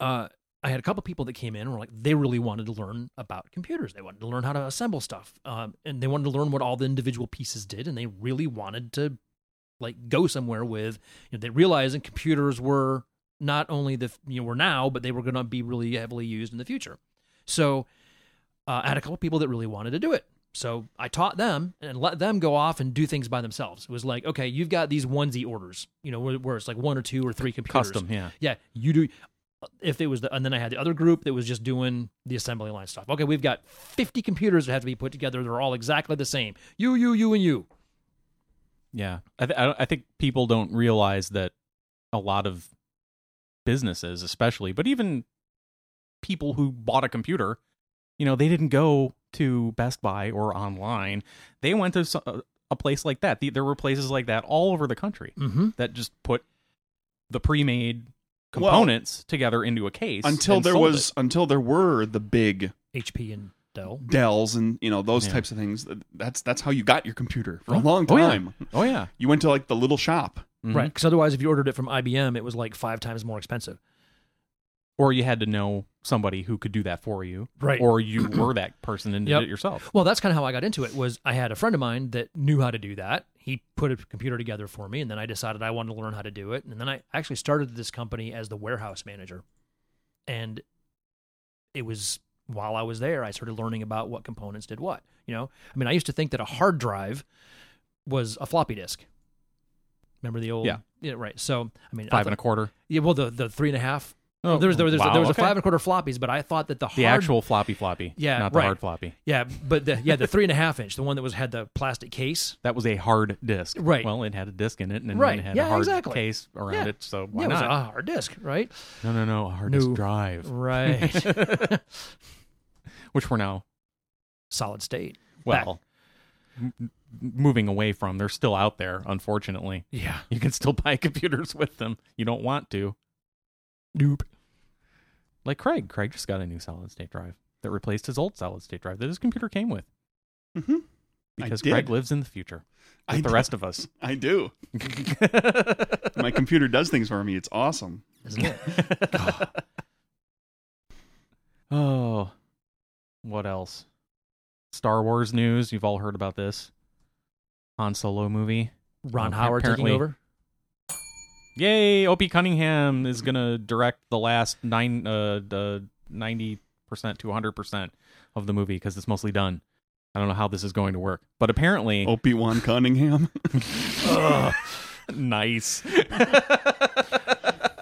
S2: uh, I had a couple people that came in and were like they really wanted to learn about computers. They wanted to learn how to assemble stuff. Um, and they wanted to learn what all the individual pieces did and they really wanted to like go somewhere with you know, they realized that computers were not only the you know were now but they were going to be really heavily used in the future. So uh, I had a couple people that really wanted to do it. So I taught them and let them go off and do things by themselves. It was like, okay, you've got these onesie orders, you know, where, where it's like one or two or three computers.
S1: Custom, yeah.
S2: Yeah, you do. uh, If it was, the, and then I had the other group that was just doing the assembly line stuff. Okay, we've got 50 computers that have to be put together. They're all exactly the same. You, you, you, and you.
S1: Yeah, I, th- I don't- I think people don't realize that a lot of businesses, especially, but even people who bought a computer, you know, they didn't go to Best Buy or online. They went to so- uh, a place like that. The- There were places like that all over the country
S2: Mm-hmm.
S1: that just put the pre-made components together into a case
S3: Until
S1: and
S3: there
S1: sold
S3: was,
S1: it.
S3: until there were the big
S2: HP and Dell.
S3: Dells and you know those
S1: Yeah.
S3: types of things. That's that's how you got your computer for a
S1: Yeah.
S3: long
S1: Oh, yeah.
S3: time.
S1: Oh yeah,
S3: You went to like the little shop.
S1: Mhm.
S2: Right. Because otherwise, if you ordered it from IBM, it was like five times more expensive.
S1: Or you had to know somebody who could do that for you,
S2: Right.
S1: Or
S2: [CLEARS THROAT]
S1: you were that person and did
S2: Yep.
S1: it yourself.
S2: Well, that's kind of how I got into it. Was I had a friend of mine that knew how to do that. He put a computer together for me, and then I decided I wanted to learn how to do it. And then I actually started this company as the warehouse manager, and it was while I was there I started learning about what components did what. You know, I mean, I used to think that a hard drive was a floppy disk. Remember the old
S1: Yeah.
S2: right. So I mean, I
S1: Five and a
S2: thought-
S1: quarter.
S2: yeah, well, the the three and a half.
S1: Oh,
S2: there was there was,
S1: wow,
S2: there was
S1: okay.
S2: a five and a quarter floppies, but I thought that the,
S1: The
S2: hard
S1: actual floppy floppy.
S2: Yeah,
S1: Not the
S2: right.
S1: hard floppy.
S2: yeah, but the yeah the three and a half inch, the one that was had the plastic case.
S1: That was a hard disk.
S2: Right.
S1: Well, it had a disk in it and then
S2: Right.
S1: it had
S2: Yeah,
S1: a hard
S2: exactly.
S1: case around
S2: Yeah.
S1: it. So why
S2: yeah, it was
S1: not?
S2: a hard disk, right?
S1: no, no, no. A hard
S2: No.
S1: disk drive,
S2: [LAUGHS] Right.
S1: [LAUGHS] which we're now,
S2: Solid state.
S1: well, m- m- moving away from. They're still out there, unfortunately.
S2: Yeah.
S1: You can still [LAUGHS] buy computers with them. You don't want to.
S2: Nope.
S1: Like Craig. Craig just got a new solid state drive that replaced his old solid state drive that his computer came with
S3: Mm-hmm.
S1: because
S3: did.
S1: Craig lives in the future
S3: I
S1: with the
S3: did.
S1: rest of us. [LAUGHS]
S3: I do. My computer does things for me. It's awesome.
S1: [LAUGHS]
S2: Isn't it?
S1: Oh, what else? Star Wars news. You've all heard about this Han Solo movie.
S2: Ron
S1: Apparently-
S2: Howard taking over.
S1: Yay! Opie Cunningham is gonna direct the last nine, uh, the ninety percent to hundred percent of the movie because it's mostly done. I don't know how this is going to work, but apparently,
S3: Opie Wan Cunningham.
S1: [LAUGHS] nice. [LAUGHS]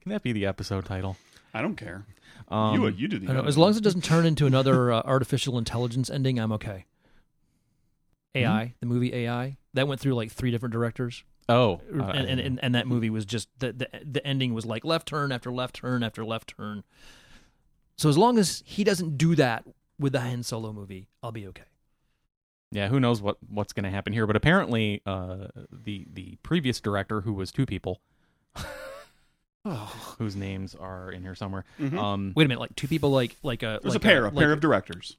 S1: Can that be the episode title?
S3: I don't care.
S1: Um,
S3: you you do the
S2: I know, as long as it doesn't turn into another uh, artificial intelligence
S1: Hmm?
S2: ending, I'm okay. AI, the movie AI, that went through like three different directors.
S1: Oh,
S2: and,
S1: uh,
S2: and, and, and that movie was just the, the the ending was like left turn after left turn after left turn. So as long as he doesn't do that with the Han Solo movie, I'll be okay.
S1: yeah, who knows what what's going to happen here? But apparently, uh, the the previous director, who was two people,
S2: Oh,
S1: whose names are in here somewhere,
S3: Mhm.
S1: um,
S2: Wait a minute, like two people, like like a
S3: There's
S2: like
S3: a pair, a,
S2: like-
S3: pair of directors.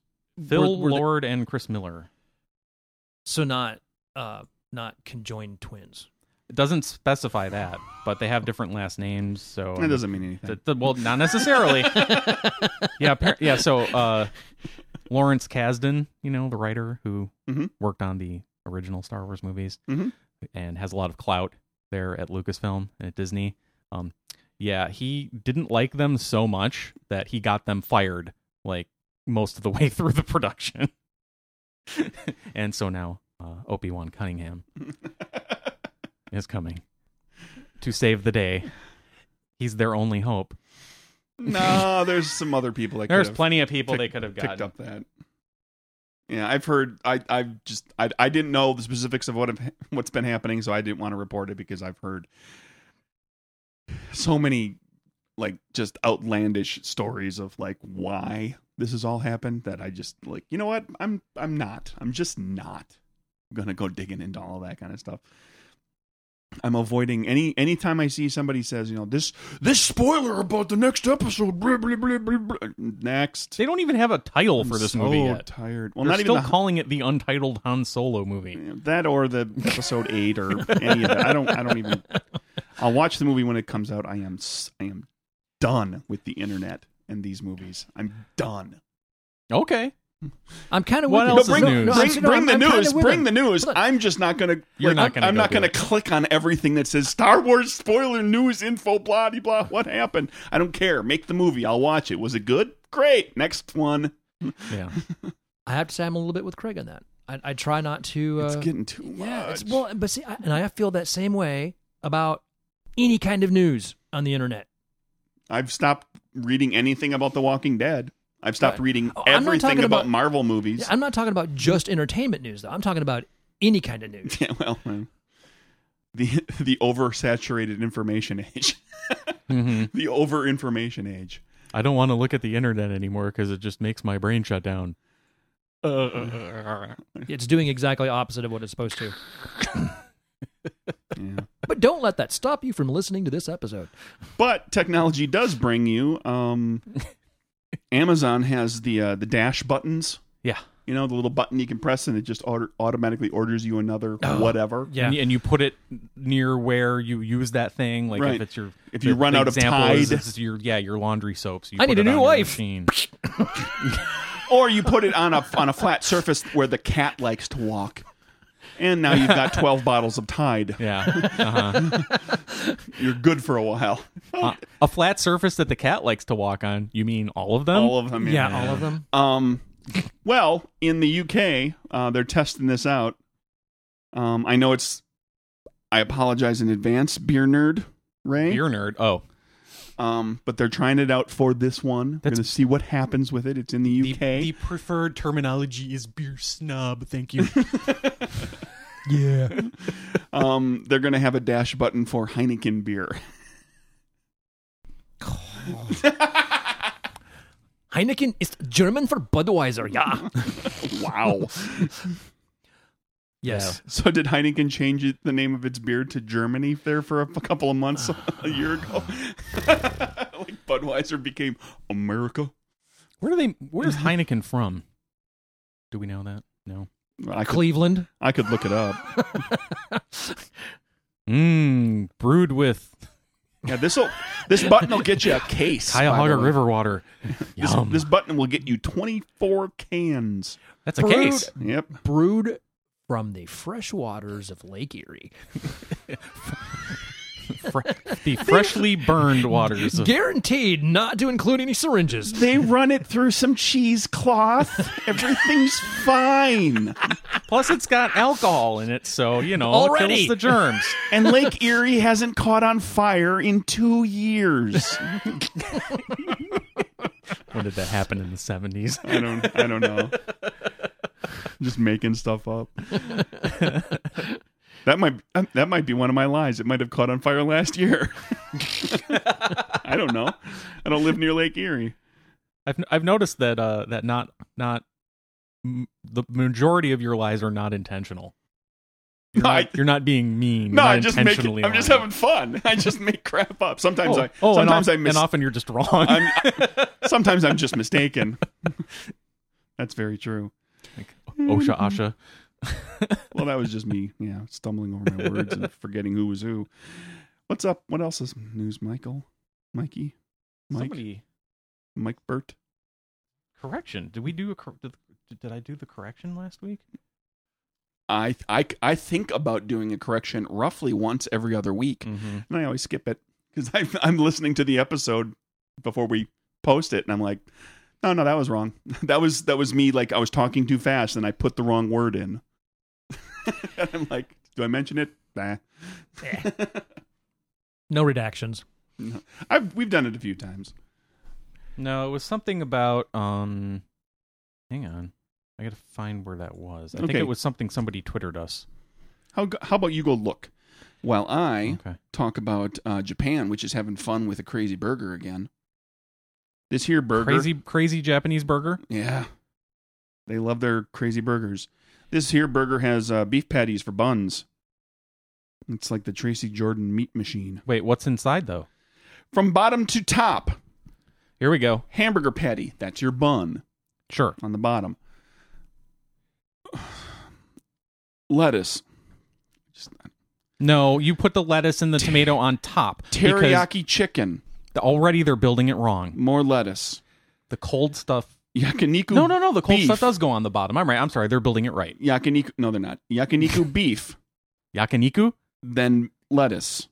S1: Phil
S2: were- were the-
S1: Lord and Chris Miller.
S2: so not uh not conjoined twins.
S1: It doesn't specify that, but they have different last names,
S2: Oh,
S1: so
S3: That doesn't mean anything.
S1: Th- th- well, not necessarily. yeah, appar- yeah. So uh, Lawrence Kasdan, you know, the writer who
S3: Mhm.
S1: worked on the original Star Wars movies
S3: Mhm.
S1: and has a lot of clout there at Lucasfilm and at Disney. Um, yeah, he didn't like them so much that he got them fired like most of the way [LAUGHS] through the production. and so now uh, Obi Wan Cunningham
S3: [LAUGHS]
S1: is coming to save the day. He's their only hope.
S3: no, there's some other people that
S1: There's
S3: could've
S1: plenty of people
S3: pick-
S1: they could have
S3: picked
S1: gotten.
S3: up that. Yeah, I've heard. I I just I I didn't know the specifics of what have, what's been happening, so I didn't want to report it because I've heard so many like just outlandish stories of like why this has all happened that I just like you know what I'm I'm not I'm just not gonna go digging into all that kind of stuff. I'm avoiding any anytime I see somebody says you know this this spoiler about the next episode blah, blah, blah, blah, blah. next
S1: They don't even have a title
S3: I'm
S1: for this
S3: so
S1: movie yet.
S3: Tired. Well,
S1: They're
S3: not
S1: still
S3: even the-
S1: calling it the untitled Han Solo movie.
S3: that or the episode [LAUGHS] eight or any of that. I don't. I don't even. I'll watch the movie when it comes out. I am. s- I am done with the internet and these movies. I'm done.
S1: Okay,
S2: I'm kind of
S1: What
S2: with you.
S1: else is
S3: bring,
S1: news?
S2: I'm-
S3: bring,
S2: no,
S3: bring
S2: I'm-
S3: the
S2: I'm kinda
S3: news.
S2: with
S3: Bring
S2: him.
S3: the news.
S2: Look.
S3: I'm just not gonna.
S1: You're not
S3: I'm-
S1: gonna
S3: I'm
S1: go
S3: not
S1: do
S3: gonna
S1: it.
S3: click on everything that says Star Wars spoiler news info. Blah de blah. What happened? I don't care. Make the movie. I'll watch it. Was it good? Great. Next one. [LAUGHS]
S1: yeah.
S2: I have to say I'm a little bit with Craig on that. I, I try not to. Uh,
S3: it's getting too much.
S2: yeah, it's, well, but see, I, and I feel that same way about any kind of news on the internet.
S3: I've stopped reading anything about The Walking Dead. I've stopped
S2: Right.
S3: reading
S2: Oh, I'm not
S3: everything
S2: talking
S3: about,
S2: about-
S3: Marvel movies.
S2: Yeah, I'm not talking about just entertainment news though. I'm talking about any kind of news.
S3: [LAUGHS] Yeah, well, um, the the oversaturated information age, [LAUGHS]
S1: Mhm.
S3: the over information age.
S1: I don't want to look at the internet anymore because it just makes my brain shut down.
S2: It's doing exactly opposite of what it's supposed to.
S3: [LAUGHS] Yeah.
S2: But don't let that stop you from listening to this episode.
S3: but technology does bring you.
S2: [LAUGHS]
S3: Um, Amazon has the uh, the dash buttons.
S1: Yeah,
S3: You know, the little button you can press and it just auto- automatically orders you another whatever.
S2: Oh, Yeah.
S1: And, and you put it near where you use that thing. Like
S3: Right.
S1: if it's your
S3: If you
S1: the-
S3: run
S1: the
S3: out of
S1: example is
S3: Tide.
S1: it's your yeah your laundry soaps. You
S2: I
S1: put
S2: need a
S1: it
S2: new
S1: on your
S2: wife.
S1: machine.
S3: Or you put it on a on a flat surface where the cat likes to walk. And now
S2: [LAUGHS]
S3: you've got 12 bottles of Tide.
S1: Yeah,
S3: [LAUGHS]
S1: uh-huh.
S3: You're good for a while.
S1: Uh, a flat surface that the cat likes to walk on. You mean all of them?
S3: [LAUGHS] All of them.
S2: Yeah, all of them.
S3: Um, well, in the UK, uh, they're testing this out. Um, I know it's. I apologize in advance, beer nerd Ray.
S1: Beer nerd. Oh,
S3: Um, but they're trying it out for this one. We're
S1: That's-
S3: gonna see what happens with it. It's in the UK.
S1: preferred terminology is beer snob. Thank [LAUGHS] you.
S2: Yeah.
S3: um, they're gonna have a dash button for Heineken beer.
S2: Heineken is German for Budweiser. [LAUGHS] Yeah.
S3: wow.
S2: Yes.
S3: [LAUGHS] so did Heineken change it, the name of its beer to Germany there for a, couple of [SIGHS] months [LAUGHS] a year ago? like Budweiser became America.
S1: Where do they? Where's Heineken from? Do we know that? No.
S3: I could,
S2: Cleveland.
S3: I could look it up.
S1: Mmm. Brewed with
S3: Yeah, this will this button will get you a case. by
S1: Cuyahoga
S3: the way.
S1: River [LAUGHS] water.
S3: This,
S1: Yum.
S3: this button will get you 24 cans.
S1: That's a
S2: brewed-
S1: case.
S3: Yep.
S2: Brewed from the fresh waters of Lake Erie.
S1: [LAUGHS] Fre- the freshly burned [LAUGHS] waters. Of,
S2: Guaranteed not to include any syringes.
S3: They run it through some cheesecloth. [LAUGHS] Everything's fine.
S1: plus, it's got alcohol in it, so you know it
S2: Already.
S1: kills the germs.
S3: And Lake Erie hasn't caught on fire in two years.
S1: [LAUGHS] When did that happen in the seventies?
S3: I don't
S1: [LAUGHS]
S3: I [LAUGHS] don't know. Just making stuff up. That might that might be one of my lies. It might have caught on fire last year. [LAUGHS] I don't know. I don't live near Lake Erie.
S1: I've I've noticed that uh that not not m- the majority of your lies are not intentional. You're,
S3: No,
S1: not,
S3: I-
S1: you're not being mean. You're
S3: No,
S1: not
S3: I just make.
S1: intentionally
S3: It, I'm just
S1: lying.
S3: having fun. [LAUGHS] I just make crap up. Sometimes I.
S1: oh, and,
S3: sometimes
S1: oft-
S3: I mis-
S1: and often you're just wrong. [LAUGHS]
S3: I'm, [LAUGHS] sometimes I'm just mistaken. [LAUGHS] That's very true.
S1: Like, OSHA, Asha.
S3: Well, that was just me, yeah, stumbling over my words and forgetting who was who. What's up? What else is news, Michael? Mikey? Mike?
S1: Somebody
S3: Mike Burt?
S1: correction. Did we do a cor- did, did I do the correction last week?
S3: I, I, I think about doing a correction roughly once every other week,
S1: Mm-hmm.
S3: and I always skip it because [LAUGHS] I'm listening to the episode before we post it, and I'm like, no, no, that was wrong. [LAUGHS] That was that was me. Like I was talking too fast, and I put the wrong word in. [LAUGHS] and I'm like, do I mention it? Nah. [LAUGHS]
S2: No redactions.
S3: No. I've we've done it a few times.
S1: No, it was something about um hang on. I got to find where that was. I think
S3: Okay.
S1: it was something somebody twittered us.
S3: How go- how about you go look while I
S1: Okay.
S3: talk about uh, Japan, which is having fun with a crazy burger again. This here burger,
S1: Crazy crazy Japanese burger?
S3: yeah, they love their crazy burgers. This here burger has uh, beef patties for buns. It's like the Tracy Jordan meat machine.
S1: Wait, what's inside though?
S3: From bottom to top,
S1: Here we go.
S3: hamburger patty. That's your bun.
S1: Sure.
S3: on the bottom. [SIGHS] Lettuce,
S1: No, you put the lettuce and the tomato on top. because
S3: teriyaki chicken,
S1: th- Already they're building it wrong.
S3: more lettuce,
S1: The cold stuff.
S3: yakiniku.
S1: No, no, no. The cold
S3: beef.
S1: stuff does go on the bottom. I'm right. I'm sorry. They're building it right.
S3: yakiniku. No, they're not
S1: [LAUGHS]
S3: yakiniku beef,
S1: Yakiniku?
S3: then lettuce,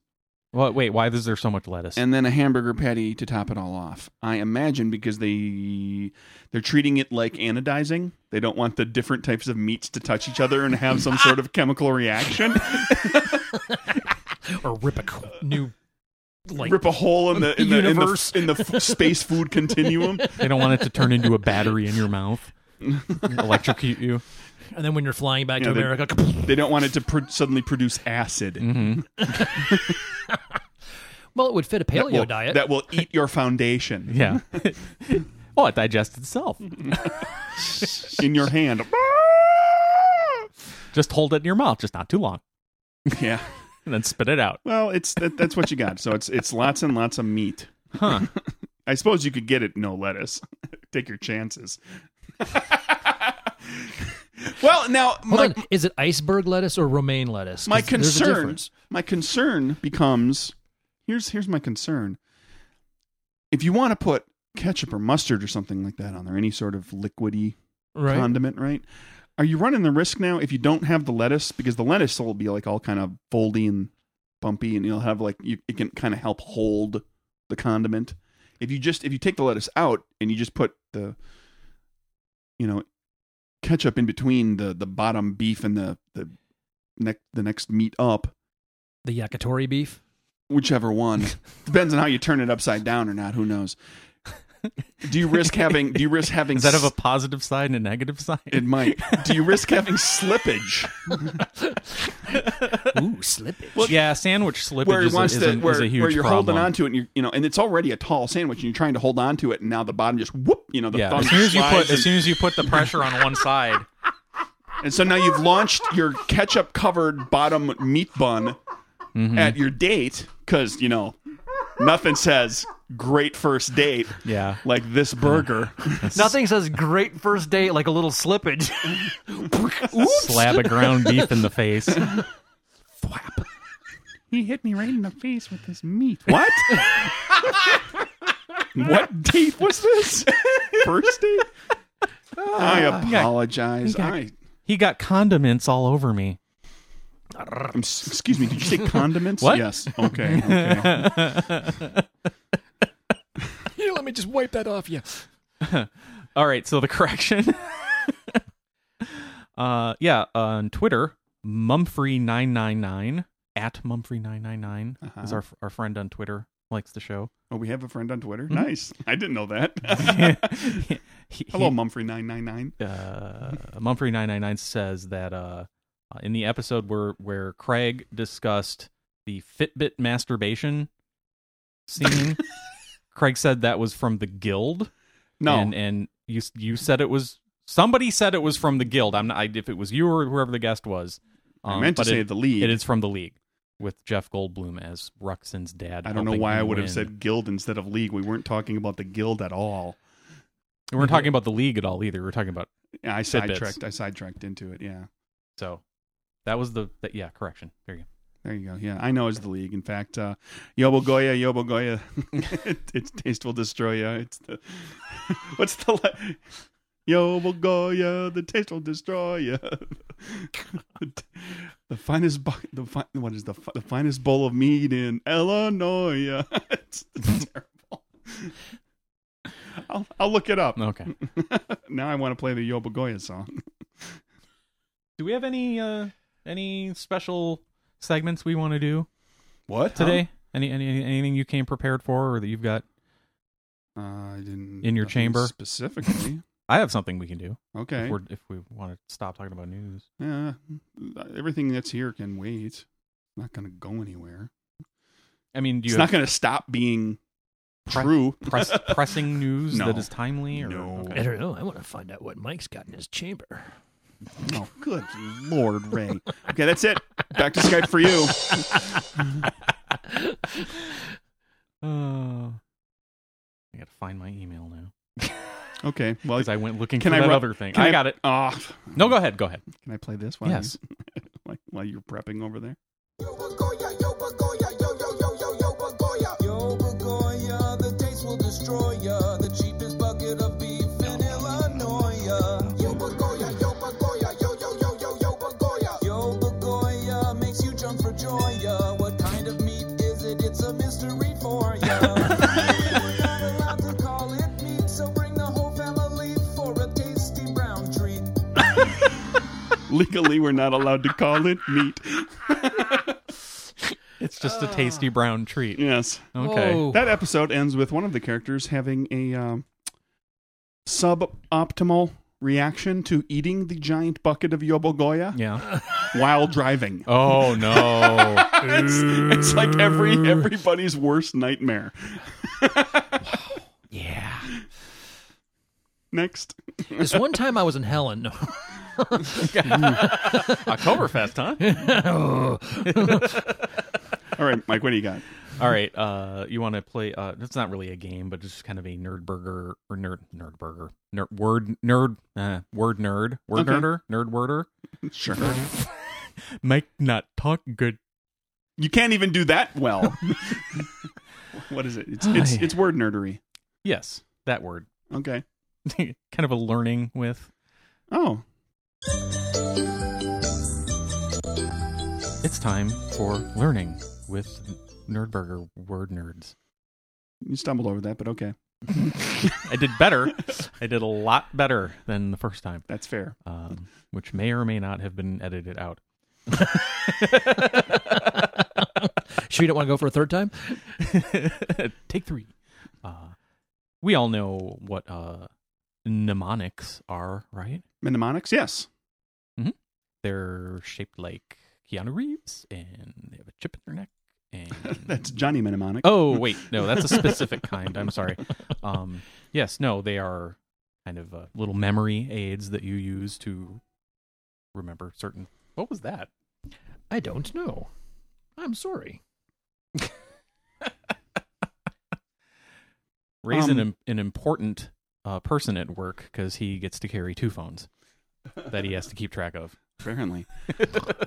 S1: What? Wait, why is there so much lettuce?
S3: and then a hamburger patty to top it all off. I imagine because they they're treating it like anodizing. They don't want the different types of meats to touch each other and have some sort of chemical reaction.
S2: Or rip a c- new, [LAUGHS] like,
S3: Rip a hole in the in the in
S2: Universe.
S3: the, in the f- space food continuum.
S1: they don't want it to turn into a battery in your
S3: [LAUGHS]
S1: mouth, electrocute you.
S2: and then when you're flying back
S3: Yeah,
S2: to
S3: they-
S2: America,
S3: They don't want it to pr- suddenly produce acid.
S2: Mm-hmm.
S1: hmm
S2: well, it would fit a
S3: that
S2: paleo
S3: will-
S2: diet.
S3: that will eat your foundation
S2: [LAUGHS]
S1: Yeah. [LAUGHS] oh, it digests itself.
S3: in
S2: [LAUGHS]
S3: your hand.
S1: Just hold it in your mouth, just not too long,
S3: yeah.
S1: and then spit it out.
S3: Well, it's that, that's what you got. So it's it's lots and lots of meat.
S1: Huh.
S3: [LAUGHS] I suppose you could get it no lettuce. [LAUGHS] Take your chances. [LAUGHS] well, now
S2: Hold
S3: my
S2: on. Is it iceberg lettuce or romaine lettuce? 'Cause
S3: my
S2: there's a
S3: concern
S2: difference.
S3: my concern becomes here's here's my concern. If you want to put ketchup or mustard or something like that on there, any sort of liquidy
S2: right?
S3: condiment, right? Are you running the risk now if you don't have the lettuce because the lettuce will be like all kind of foldy and bumpy, and you'll have like you, it can kind of help hold the condiment. If you just if you take the lettuce out and you just put the you know ketchup in between the the bottom beef and the the next the next meat up,
S2: the yakitori [LAUGHS] beef.
S1: [LAUGHS]
S3: whichever one depends on how you turn it upside down or not. Who knows? Do you risk having? Do you
S1: [LAUGHS]
S3: risk having?
S1: Does that have
S3: s-
S1: a positive side and a negative side? [LAUGHS]
S3: It might. Do you risk having slippage?
S2: Ooh, slippage.
S1: yeah, sandwich slippage
S3: where
S1: is,
S3: it
S1: a,
S3: wants
S1: is,
S3: to
S1: a,
S3: where,
S1: is a huge
S3: where you're
S1: problem.
S3: holding on to it and you you know and it's already a tall sandwich and you're trying to hold on to it and now the bottom just whoop you know the
S1: yeah,
S3: thumb
S1: as soon as you
S3: slides
S1: put as
S3: and-
S1: soon as you put the pressure on one
S3: [LAUGHS]
S1: side,
S3: and so now you've launched your ketchup covered bottom meat bun
S1: Mm-hmm.
S3: at your date because you know nothing says great first date
S1: yeah,
S3: like
S1: [LAUGHS]
S3: this burger
S2: Nothing says great first date like a little [LAUGHS] slippage.
S1: slab of ground beef in the face.
S3: he hit me right in the face with this meat [LAUGHS] what what date was [LAUGHS] this first date I apologize. I
S1: He got condiments all over me.
S3: I'm s- excuse
S1: [LAUGHS]
S3: me, did you say condiments?
S1: What?
S3: Yes. Okay.
S1: [LAUGHS]
S3: okay.
S2: Here, let me just wipe that off you.
S1: All right, so the correction. [LAUGHS] uh yeah, on Twitter, Mumfrey999 at Mumfrey999
S3: Uh-huh.
S1: is our our friend on Twitter likes the
S3: [LAUGHS]
S1: show. [LAUGHS]
S3: oh, we have a friend on Twitter.
S1: Mm-hmm.
S3: Nice. I didn't know that.
S1: [LAUGHS]
S3: [LAUGHS]
S1: He- he-
S3: Hello, Mumfrey nine nine nine.
S1: uh, Mumfrey999 says that uh uh, in the episode where where Craig discussed the Fitbit masturbation
S3: [LAUGHS]
S1: scene. Craig said that was from the Guild.
S3: No,
S1: and, and you s- you said it was somebody said it was from the Guild. I'm not, I, if it was you or whoever the guest was.
S3: I
S1: um,
S3: meant to
S1: but
S3: say
S1: it,
S3: the league.
S1: it is from the League with Jeff Goldblum as Ruxin's dad.
S3: I don't know
S1: helping
S3: why I
S1: him
S3: would have
S1: win.
S3: said guild instead of league. We weren't talking about the guild at all.
S1: We weren't talking about the league at all either. We were talking about
S3: Yeah, I
S1: Tidbits.
S3: sidetracked. I sidetracked into it. Yeah,
S1: so that was the that, yeah correction. There you go.
S3: there you go. Yeah, I know it's the league. In fact, uh, Yobo Goya, Yobo
S1: [LAUGHS]
S3: Goya, it, [LAUGHS] its taste will destroy you. It's the [LAUGHS] what's the la- Yobo Goya, the taste will destroy you. [LAUGHS] the, finest, bu- the fi- what is the fi- the finest bowl of meat in Illinois? [LAUGHS] it's, it's terrible. I'll I'll look it up.
S1: Okay.
S3: [LAUGHS] now I want to play the Yobo Goya song.
S1: do we have any uh any special segments we want to do
S3: What
S1: today? Any, any any- anything you came prepared for or that you've got?
S3: Uh, I didn't
S1: In your
S3: nothing
S1: chamber? [LAUGHS]
S3: specifically.
S1: I have something we can do
S3: Okay.
S1: if, we're, if we want to stop talking about news.
S3: Yeah, uh, everything that's here can wait. Not going to go anywhere.
S1: I mean, do you
S3: it's
S1: have
S3: not going to stop being
S1: Pre-
S3: true. [LAUGHS]
S1: press, pressing news
S3: No.
S1: that is timely? Or,
S3: No.
S2: I don't know. I want to find out what Mike's got in his [LAUGHS] chamber.
S1: [LAUGHS]
S3: Oh, good lord, Ray. Okay, that's it. Back to Skype for you.
S1: Uh, I got to find my email now
S3: Okay. Well,
S1: because I went looking
S3: Oh, Can
S1: for
S3: I
S1: that
S3: ru-
S1: other thing.
S3: can
S1: I, got it.
S3: Ah,
S1: No, go ahead. Go ahead.
S3: Can I play this while you- [LAUGHS]
S1: Yes.
S3: while- while you're prepping over there?
S4: Yo, Bagoya, the taste will destroy ya. The cheapest bucket of beef in Illinois. Yo, Bagoya, yo, Bagoya, yo, yo, yo, yo, yo, Bagoya. Yo, Bagoya makes you jump for joy. ya. What kind of meat is it? It's a mystery for ya. We're not allowed to call it meat, so bring the whole family for a tasty brown treat.
S3: Legally, we're not allowed to call it meat.
S1: It's just a tasty brown treat.
S3: Yes.
S1: Ah. Okay.
S2: Whoa.
S3: That episode ends with one of the characters having a um, suboptimal reaction to eating the giant bucket of Yobogoya
S1: Yeah.
S3: while driving.
S1: Oh no.
S3: it's, it's like every everybody's worst nightmare.
S1: yeah.
S3: Next,
S2: this one time I was in Helen. [LAUGHS]
S1: Oktoberfest, huh?
S2: No.
S3: all right, Mike, what do you got?
S1: All right, uh, you want to play? Uh, it's not really a game, but it's just kind of a nerd burger or nerd nerd burger nerd word nerd uh, word nerd word
S3: Okay.
S1: nerder nerd worder.
S3: Sure,
S1: Mike not talk good.
S3: you can't even do that well. what is it? It's it's,
S1: Hi.
S3: it's word nerdery.
S1: Yes, that word. [LAUGHS]
S3: Okay.
S1: kind of a learning with.
S3: Oh,
S1: It's time for learning with Nerdburger word nerds.
S3: you stumbled over that, but okay,
S1: I did [LAUGHS] better. I did a lot better than the first time.
S3: that's fair.
S1: um, which may or may not have been edited out.
S2: sure you don't want to go for a third time?
S1: [LAUGHS] Take three. Uh, we all know what uh, mnemonics are, right?
S3: Mnemonics, yes.
S1: They're shaped like Keanu Reeves, and they have a chip in their neck. And
S3: [LAUGHS] That's Johnny Mnemonic.
S1: oh wait, no, that's a specific kind. I'm sorry. Um, yes, no, they are kind of uh, little memory aids that you use to remember certain. What was that?
S2: I don't know. I'm sorry.
S1: Ray's an,
S3: Um,
S1: im- an important uh, person at work because he gets to carry two phones that he has to keep track of. [LAUGHS]
S3: Apparently,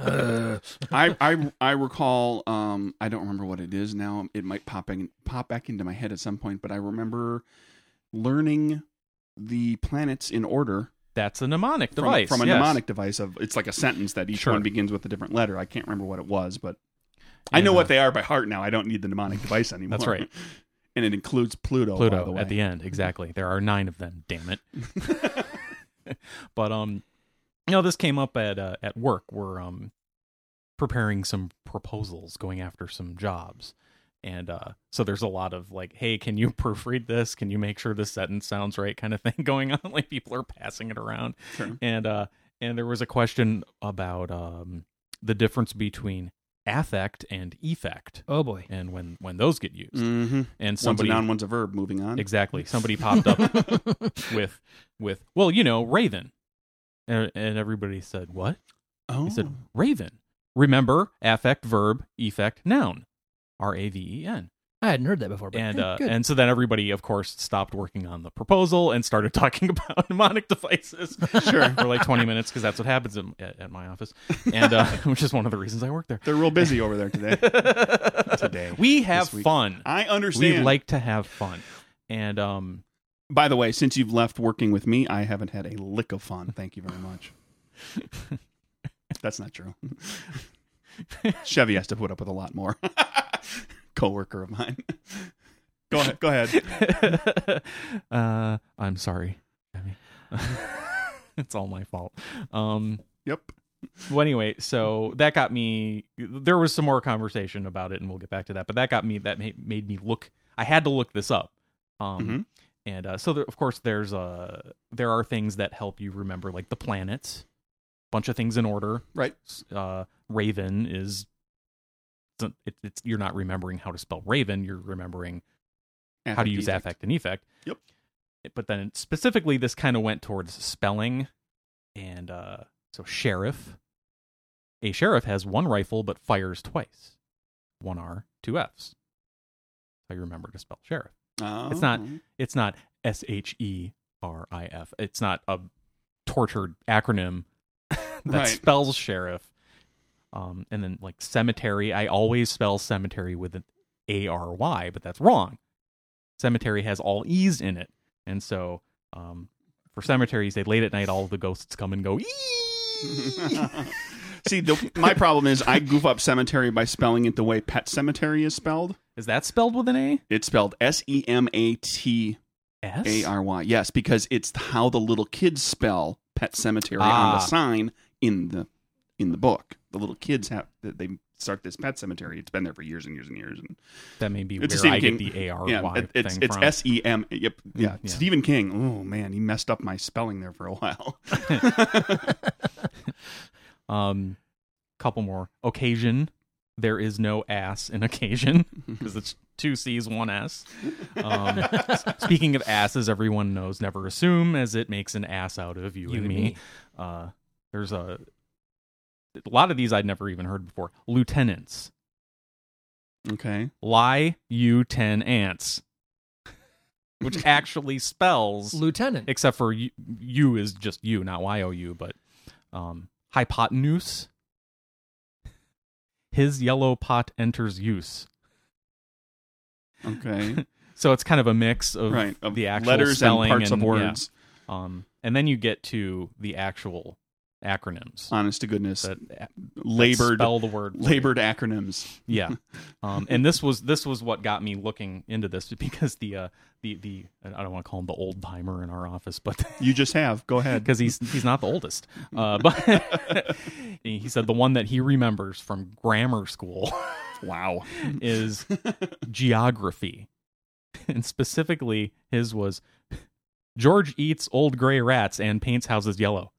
S2: Uh,
S3: I, I I recall. Um, I don't remember what it is now. It might pop in, pop back into my head at some point, but I remember learning the planets in order
S1: That's a mnemonic
S3: from,
S1: device
S3: from a
S1: yes.
S3: mnemonic device of it's like a sentence that each
S1: Sure.
S3: one begins with a different letter. I can't remember what it was, but I know
S1: And,
S3: what
S1: uh,
S3: they are by heart now. I don't need the mnemonic device
S1: [LAUGHS]
S3: anymore.
S1: That's right.
S3: [LAUGHS] And it includes Pluto.
S1: Pluto
S3: by the way.
S1: at the end. Exactly. There are nine of them. Damn it. [LAUGHS] but um, you know, this came up at uh, at work. We're um preparing some proposals, going after some jobs, and uh, so there's a lot of like, hey, can you [LAUGHS] proofread this? [LAUGHS] Can you make sure this sentence sounds right? Kind of thing going on. Like people are passing it around,
S3: Sure.
S1: and uh, and there was a question about um, the difference between affect and effect,
S2: Oh boy. [LAUGHS]
S1: and when when those get used.
S3: Mm-hmm.
S1: And
S3: One's a
S1: somebody
S3: noun, one's a verb. Moving on. [LAUGHS]
S1: exactly somebody popped up with with well, you know, Raven, and, and everybody said what?
S3: Oh,
S1: He said Raven. Remember, affect, verb, effect, noun, R A V E N.
S2: I hadn't heard that before. But
S1: and
S2: good,
S1: uh,
S2: good.
S1: and so then everybody, of course, stopped working on the proposal and started [LAUGHS] talking about mnemonic devices [LAUGHS]
S3: Sure.
S1: for like 20 minutes because that's what happens in, at, at my office, and uh, [LAUGHS] which is one of the reasons I work there.
S3: they're real busy over there today. [LAUGHS] Today,
S1: we have
S3: this week.
S1: fun.
S3: I understand.
S1: We like to have fun, and um,
S3: By the way, since you've left working with me, I haven't had a lick of fun. Thank you
S1: [LAUGHS]
S3: very much. That's not true. [LAUGHS] Chevy has to put up with a lot more. [LAUGHS] Coworker of mine. Go ahead. Go ahead.
S1: [LAUGHS] uh, I'm sorry. Tammy. [LAUGHS] it's all my fault. Um,
S3: Yep.
S1: well, anyway, so that got me. There was some more conversation about it, and we'll get back to that. But that got me. That made, made me look. I had to look this up. Um,
S3: Mhm.
S1: And uh, so, there, of course, there's uh there are things that help you remember, like the planets, bunch of things in order.
S3: Right.
S1: S- Uh, Raven is. It's, it- it's you're not remembering how to spell Raven. You're remembering how to use affect and effect.
S3: Yep.
S1: But then specifically, this kind of went towards spelling, and uh, so sheriff. A sheriff has one rifle but fires twice, one R, two Fs. I remember to spell sheriff.
S3: Oh.
S1: It's not- It's not S H E R I F. It's not a tortured acronym [LAUGHS] that
S3: Right.
S1: spells sheriff. Um, and then like cemetery, I always spell cemetery with an A R Y, but that's wrong. Cemetery has all E's in it, and so um, for cemeteries, they late at night, all the ghosts come and go. "Ee!"
S3: [LAUGHS] See, the, my problem is I goof up cemetery by spelling it the way pet cemetery is spelled.
S1: Is that spelled with an A?
S3: It's spelled S E M A T
S1: S?
S3: A R Y. Yes, because it's how the little kids spell pet cemetery on
S1: Ah.
S3: the sign in the in the book. The little kids have that they start this pet cemetery. It's been there for years and years and years. And
S1: That may be
S3: It's the
S1: where
S3: same
S1: I
S3: thing.
S1: get the A R
S3: yeah,
S1: Y
S3: it- it's
S1: thing
S3: it's
S1: from. Mm,
S3: S E M. Yep. Yeah.
S1: yeah.
S3: Stephen King. Oh man, he messed up my spelling there for a while. [LAUGHS]
S1: Um, couple more. Occasion. There is no ass in [LAUGHS] occasion because it's two C's, one S. Um, s- speaking of asses, everyone knows never assume as it makes an ass out of you,
S2: You
S1: and
S2: and
S1: me.
S2: me.
S1: Uh, there's a, a lot of these I'd never even heard before. Lieutenants.
S3: okay.
S1: Lie, you, ten E ants. [LAUGHS] Which actually spells
S2: Lieutenant.
S1: except for you, you is just you, not Y O U, but um, hypotenuse. His yellow pot enters use.
S3: Okay.
S1: So it's kind of a mix [LAUGHS] of
S3: right. Of
S1: the actual
S3: letters and
S1: spelling
S3: parts of
S1: yeah.
S3: words.
S1: um, and then you get to the actual acronyms
S3: Honest to goodness,
S1: that, that
S3: Uh, labored
S1: spell the word
S3: labored acronyms.
S1: Yeah. Um, and this was this was what got me looking into this [LAUGHS] because the uh, the the I don't want to call him the old timer in our office, but
S3: You just have.
S1: [LAUGHS]
S3: Go ahead.
S1: because he's he's not the oldest. Uh, but [LAUGHS] he said the one that he remembers from grammar school [LAUGHS]
S3: Wow.
S1: is geography, and specifically his was George eats old gray rats and paints houses yellow.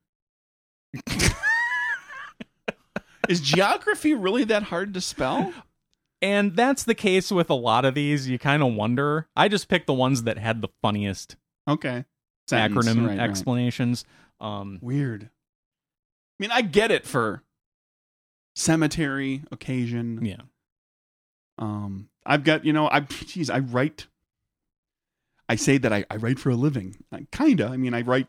S3: Is geography really that hard to spell?
S1: And that's the case with a lot of these. You kind of wonder. I just picked the ones that had the funniest
S3: Okay. Sentence.
S1: acronym
S3: Right, right.
S1: explanations. Um,
S3: Weird. I mean, I get it for cemetery occasion.
S1: yeah,
S3: Um, I've got you know, I [LAUGHS] geez, I write. I say that I, I write for a living. I, kinda. I mean, I write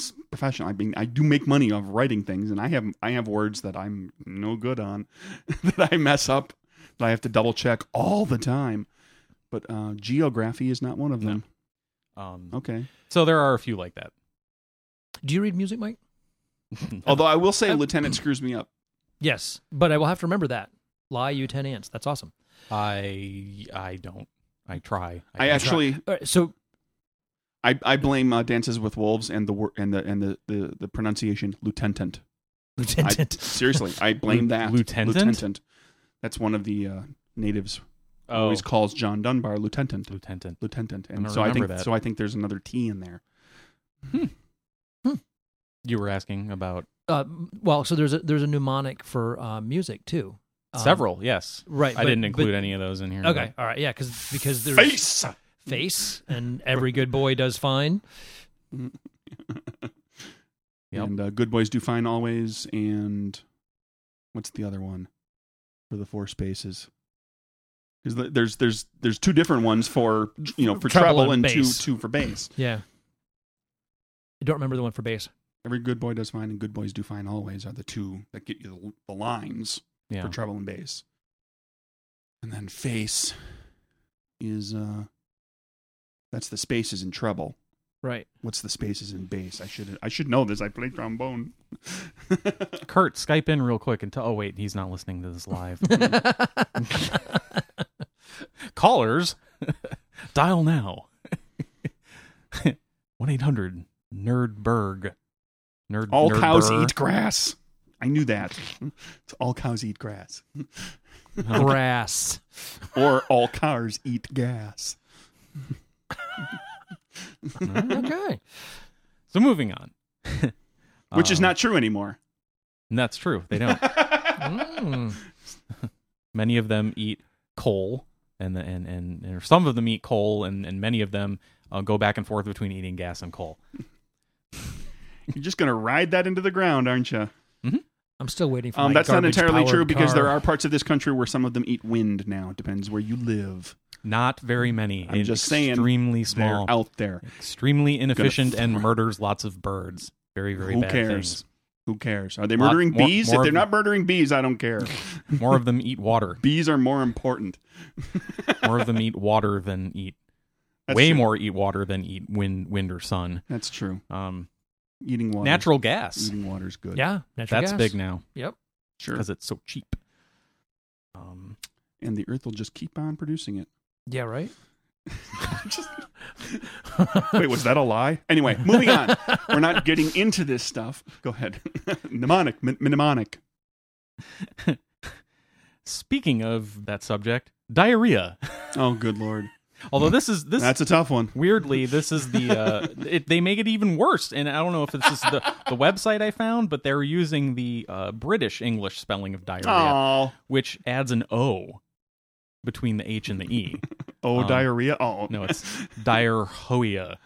S3: s- professional. I mean, I do make money off writing things, and I have I have words that I'm no good on, [LAUGHS] that I mess up, that I have to double check all the time. But uh, geography is not one of
S1: No.
S3: them.
S1: um,
S3: Okay.
S1: so there are a few like that. [LAUGHS]
S2: Do you read music, Mike?
S3: Although I will say,
S2: I-
S3: [CLEARS THROAT] Lieutenant screws me up.
S2: Yes, but I will have to remember that. Lie, you ten ants. That's awesome.
S1: I I don't. I try.
S3: I
S1: don't.
S3: actually,
S2: All right, so [LAUGHS]
S3: I, I blame uh, Dances with Wolves and the wor- and the and the the, the pronunciation lieutenant. I,
S2: lieutenant.
S3: [LAUGHS] seriously, I blame that
S1: Lieutenant?
S3: That's one of the uh, natives
S1: Oh,
S3: always calls John Dunbar lieutenant.
S1: Lieutenant.
S3: Lieutenant,
S1: I'm
S3: and
S1: gonna
S3: so I think
S1: remember that.
S3: so. I think there's another T in there.
S1: You were asking about
S2: Uh, well, so there's a there's a mnemonic for uh, music too. Um,
S1: several. Yes,
S2: Right.
S1: I
S2: but-
S1: didn't
S2: but-
S1: include any of those in here.
S2: Okay. All right. Yeah. Because because there's face. and every good boy does fine.
S1: Yep.
S3: And uh, Good Boys Do Fine Always. And what's the other one for the four spaces? 'Cause the- There's there's there's two different ones for you know for
S2: Treble
S3: treble,
S2: and
S3: and, two
S2: bass.
S3: two for bass.
S2: Yeah. I don't remember the one for bass.
S3: Every good boy does fine and good boys do fine always are the two that get you the, the lines
S1: Yeah.
S3: for treble and bass. And then face is uh that's the spaces in treble.
S2: Right.
S3: What's the spaces in bass? I should I should know this. I play trombone.
S1: Kurt, Skype in real quick and tell. Oh wait, he's not listening to this live. [LAUGHS] Callers, [LAUGHS] dial now. [LAUGHS] One eight hundred Nerdberg. Nerd.
S3: All cows
S1: Nerdber.
S3: eat grass. I knew that. It's all cows eat grass.
S2: Grass.
S3: Or all cars eat gas.
S2: okay.
S1: So moving on. [LAUGHS]
S3: Which is
S1: Um,
S3: not true anymore.
S1: and That's true. They
S3: [LAUGHS]
S1: don't.
S2: Mm.
S1: many of them eat coal, and the, and and or some of them eat coal, and and many of them uh, go back and forth between eating gas and coal.
S3: You're just gonna ride that into the ground, aren't you?
S2: I'm still waiting for.
S3: Um,
S2: my
S3: that's not entirely
S2: garbage-powered
S3: true because there
S2: car.
S3: are parts of this country where some of them eat wind now. Depends where you live.
S1: Not very many.
S3: I'm
S1: It's
S3: just saying
S1: Extremely small.
S3: They're out there.
S1: extremely inefficient and
S3: throw-
S1: murders lots of birds. Very very
S3: Who
S1: bad
S3: cares? Who cares? Are they
S1: Lot-
S3: murdering
S1: more-
S3: bees?
S1: more
S3: if they're
S1: of-
S3: not murdering bees, I
S1: [LAUGHS]
S3: don't care.
S1: things. More of them eat water.
S3: bees are more important.
S1: More of them eat water than eat
S3: [LAUGHS] That's
S1: way
S3: true.
S1: more eat water than eat wind wind or sun.
S3: That's true.
S1: Um,
S3: Eating water.
S1: natural gas.
S3: Eating water's good.
S2: Yeah. Natural
S1: That's
S2: gas.
S1: big now
S2: Yep.
S3: sure.
S1: because it's so cheap. Um,
S3: And the earth will just keep on producing
S1: [LAUGHS]
S3: it.
S2: Yeah. Right.
S3: Just- Wait, was that a lie? Anyway,
S1: [LAUGHS]
S3: moving on. We're not getting into this stuff. Go ahead. [LAUGHS] mnemonic, m- mnemonic.
S1: speaking of that subject, diarrhea.
S3: Oh, good lord,
S1: Although this is this
S3: that's a tough one.
S1: weirdly this is the
S3: [LAUGHS]
S1: uh it, they make it even worse and i don't know if this is the, the website i found but they're using the uh british english spelling of diarrhea
S3: Oh,
S1: which adds an o between the h and the e
S3: oh,
S1: Um,
S3: diarrhea. Oh,
S1: no
S3: [LAUGHS]
S1: it's diarrhoea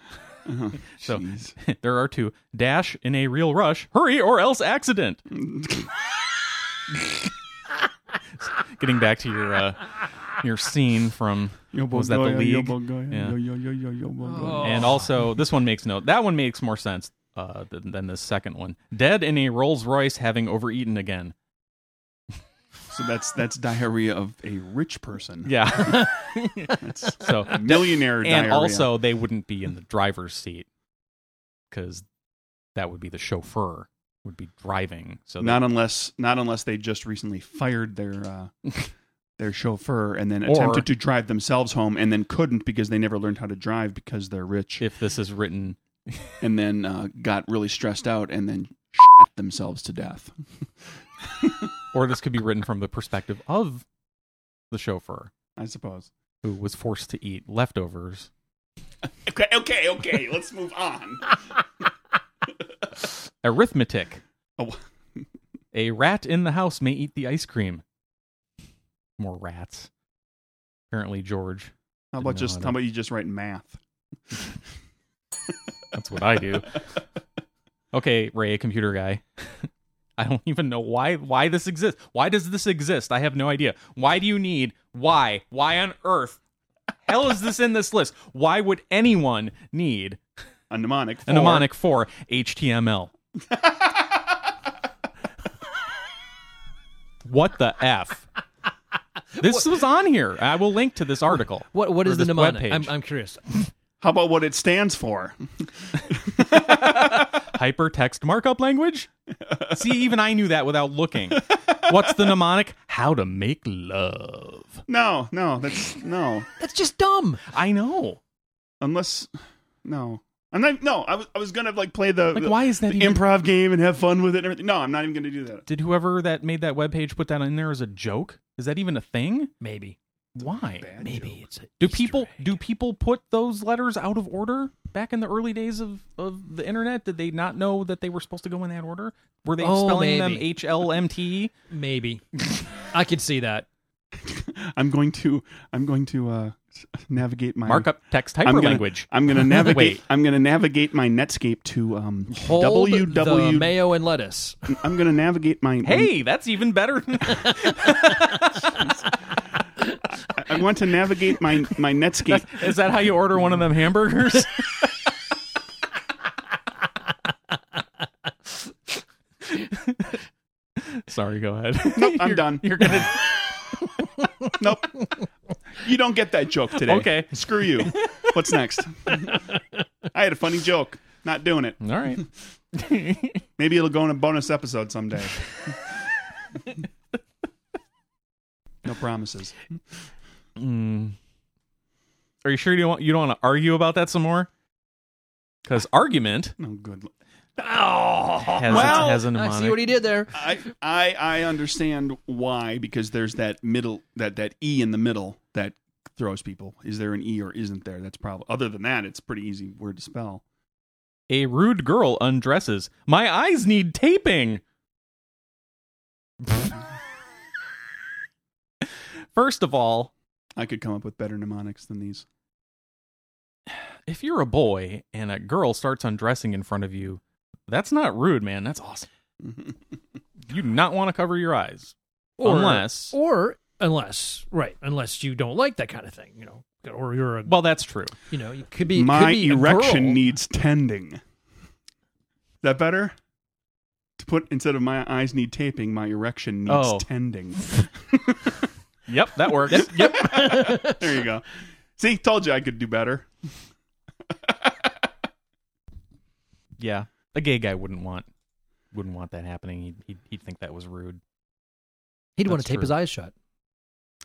S3: Oh,
S1: [LAUGHS] So-
S3: jeez.
S1: [LAUGHS] there are two dash in a real rush hurry or else
S3: [LAUGHS]
S1: accident [LAUGHS] getting back to your uh your scene from
S3: Yo,
S1: was that the
S3: Bulgaria, yo,
S1: league?
S3: Bulgaria,
S1: Yeah.
S3: yo, yo, yo, yo, yo, Bulgaria.
S2: Oh.
S1: And also, this one makes no. That one makes more sense uh, than, than the second one. Dead in a Rolls Royce, having overeaten again.
S3: So that's that's diarrhea of a rich person.
S1: Yeah.
S3: That's
S1: [LAUGHS]
S3: [LAUGHS]
S1: so
S3: millionaire
S1: [LAUGHS] and
S3: diarrhea.
S1: also, they wouldn't be in the driver's seat because that would be the chauffeur would be driving. So
S3: not unless not unless they just recently fired their
S1: [LAUGHS]
S3: uh, their chauffeur and then
S1: Or-
S3: attempted to drive themselves home and then couldn't because they never learned how to drive because they're rich
S1: that if this is written,
S3: and then uh, got really stressed out and then [LAUGHS] shit themselves to death.
S1: or this could be written from the perspective of the chauffeur
S3: I suppose.
S1: who was forced to eat leftovers.
S3: Okay, okay, okay. Let's move on.
S1: Arithmetic.
S3: [LAUGHS] Oh.
S1: A rat in the house may eat the ice cream. More rats. Apparently, George.
S3: How about
S1: No,
S3: just
S1: I
S3: how
S1: don't-
S3: about you just write math?
S1: That's what I do. okay, Ray, computer guy. [LAUGHS] I don't even know why why this exists. Why does this exist? I have no idea. Why do you need why? Why on earth? Hell is this in this list? Why would anyone need
S3: A mnemonic.
S1: a mnemonic for HTML? what the f? This was on here. I will link to this article.
S2: What What
S1: Or
S2: is the
S1: this
S2: mnemonic?
S1: webpage.
S2: I'm, I'm curious. [LAUGHS]
S3: How about what it stands for? [LAUGHS]
S1: Hypertext markup language? See, even I knew that without looking. What's the mnemonic? How to make love.
S3: No, no, that's no.
S2: That's just dumb.
S1: I know.
S3: Unless no. I'm not no, I was I was gonna like play the,
S1: Like,
S3: the-
S1: why is that
S3: the
S1: even-
S3: improv game and have fun with it and everything. No, I'm not even gonna do that.
S1: Did whoever that made that webpage put that in there as a joke? Is that even a thing?
S2: Maybe.
S1: Why?
S3: Bad
S2: Maybe
S3: joke.
S2: it's a
S1: Do
S2: Easter
S1: people
S2: egg.
S1: do people put those letters out of order back in the early days of, of the internet? Did they not know that they were supposed to go in that order? Were they
S2: Oh,
S1: spelling them
S2: maybe.
S1: H L M T?
S2: maybe? I could see [LAUGHS] that.
S3: I'm going to I'm going to uh, s- navigate my
S1: Markup text
S3: I'm
S1: hyperlanguage.
S3: gonna-
S1: language. [LAUGHS]
S3: I'm gonna
S1: Wait.
S3: navigate. I'm gonna navigate my Netscape to um,
S2: Hold the
S3: www.
S2: mayo and [LAUGHS] lettuce.
S3: I'm gonna navigate my.
S1: Hey, that's even better. [LAUGHS]
S3: I- I want to navigate my my Netscape.
S1: [LAUGHS] Is that how you order one of them hamburgers? [LAUGHS] Sorry, go ahead.
S3: [LAUGHS] Nope, I'm
S1: You're-
S3: done.
S1: You're gonna
S3: [LAUGHS] nope, you don't get that joke today.
S1: Okay.
S3: screw you. What's next? I had a funny joke. Not doing it.
S1: All right.
S3: Maybe it'll go in a bonus episode
S1: [LAUGHS]
S3: someday. no promises.
S1: Hmm. Are you sure you don't want, you don't want to argue about that some more? Because argument
S3: No good. l-
S1: has,
S3: Well,
S1: has a mnemonic.
S2: I see what he did there.
S3: I I I understand why because there's that middle that that e in the middle that throws people. Is there an e or isn't there? That's probably. Other than that, it's a pretty easy word to spell.
S1: a rude girl undresses. My eyes need taping. [LAUGHS] First of all,
S3: I could come up with better mnemonics than these.
S1: if you're a boy and a girl starts undressing in front of you, that's not rude, man. That's awesome. You do not want to cover your eyes. Unless-
S2: or unless, right? Unless you don't like that kind of thing, you know, or you're a,
S1: Well, that's true.
S2: you know, you could be
S3: My
S2: could be a
S3: erection
S2: girl.
S3: needs tending. Is that better? To put instead of my eyes need taping, my erection needs
S1: Oh.
S2: [LAUGHS]
S3: tending.
S1: Yep, that works. yep.
S3: There you go. See, told you I could do better. [LAUGHS]
S1: Yeah. A gay guy wouldn't want wouldn't want that happening. He'd he'd, he'd think that was rude.
S2: He'd want
S1: That's
S2: to tape
S1: true.
S2: his eyes [LAUGHS] shut.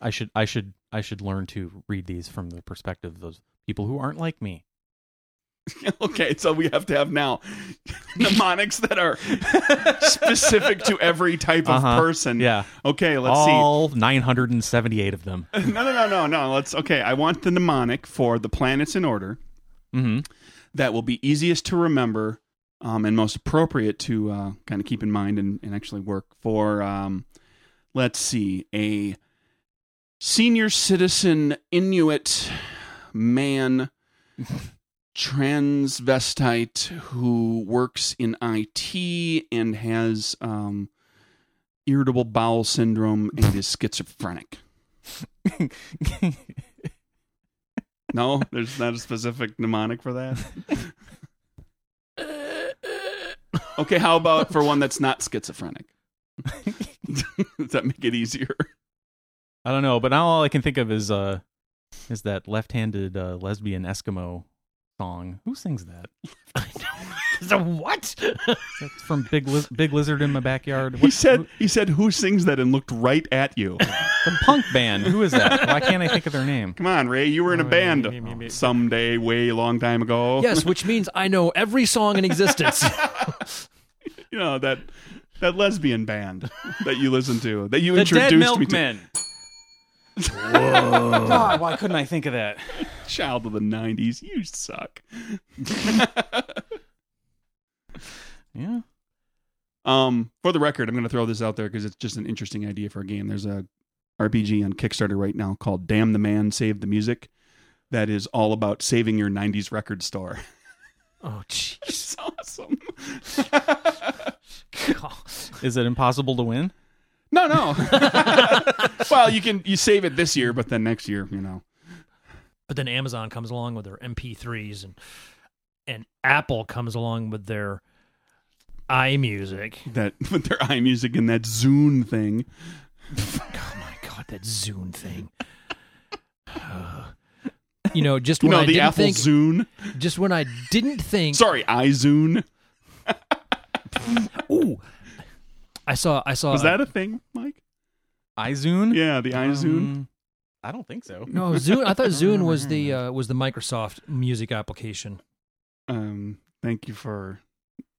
S1: I should I should I should learn to read these from the perspective of those people who aren't like me.
S3: okay, so we have to have now [LAUGHS] mnemonics that are [LAUGHS] specific to every type of
S1: Uh-huh.
S3: person.
S1: Yeah.
S3: Okay, let's
S1: All 978 of them.
S3: see. [LAUGHS] No, no, no, no, no. Let's. Okay, I want the mnemonic for the planets in order
S1: hmm
S3: that will be easiest to remember um, and most appropriate to uh, kind of keep in mind and, and actually work for. Um, let's see, a senior citizen Inuit man transvestite who works in IT and has um, irritable bowel syndrome and is schizophrenic. No, there's not a specific mnemonic for that. okay, how about for one that's not schizophrenic? [LAUGHS] Does that make it easier?
S1: [LAUGHS] I don't know, but now all I can think of is uh is that left-handed uh, lesbian Eskimo song. Who sings that?
S2: So what?
S1: That's from Big Liz- Big Lizard in my backyard.
S3: He
S1: What-
S3: said he said who sings that and looked right at you.
S1: the punk band. Who is that? Why can't I think of their
S3: [LAUGHS]
S1: name?
S3: Come on, Ray, you were in a
S2: Oh, me, me, me.
S3: band someday way long time ago.
S2: [LAUGHS] yes, which means I know every song in [LAUGHS] existence.
S3: You know that that lesbian band that you listened to, that you
S1: The
S3: introduced
S1: Dead
S3: me to.
S1: Milkmen. [LAUGHS] God, why couldn't I think of that?
S3: Child of the 90s, you suck.
S1: Yeah.
S3: Um, for the record, I'm going to throw this out there because it's just an interesting idea for a game. There's a RPG on Kickstarter right now called "Damn the Man, Save the Music," that is all about saving your '90s record store. [LAUGHS]
S2: oh, jeez. [LAUGHS]
S3: It's awesome.
S1: Is it impossible to win?
S3: No, [LAUGHS] no. well, you can you save it this year, but then next year, you know.
S2: But then Amazon comes along with their MP3s, and and Apple comes along with their iMusic.
S3: That [LAUGHS] with their iMusic and that Zune thing.
S2: Oh my god, that Zune thing. [SIGHS] you know, just
S3: You
S2: when
S3: know,
S2: I
S3: the
S2: didn't
S3: Apple
S2: think,
S3: Zune.
S2: just when I didn't think,
S3: Sorry, iZune.
S2: ooh, I saw, I saw.
S3: Was that a thing, Mike?
S1: iZoon?
S3: Yeah, the iZune.
S1: Um, I don't think so.
S2: no Zune? I thought Zune was the uh, was the Microsoft music application. [LAUGHS]
S3: Um, thank you for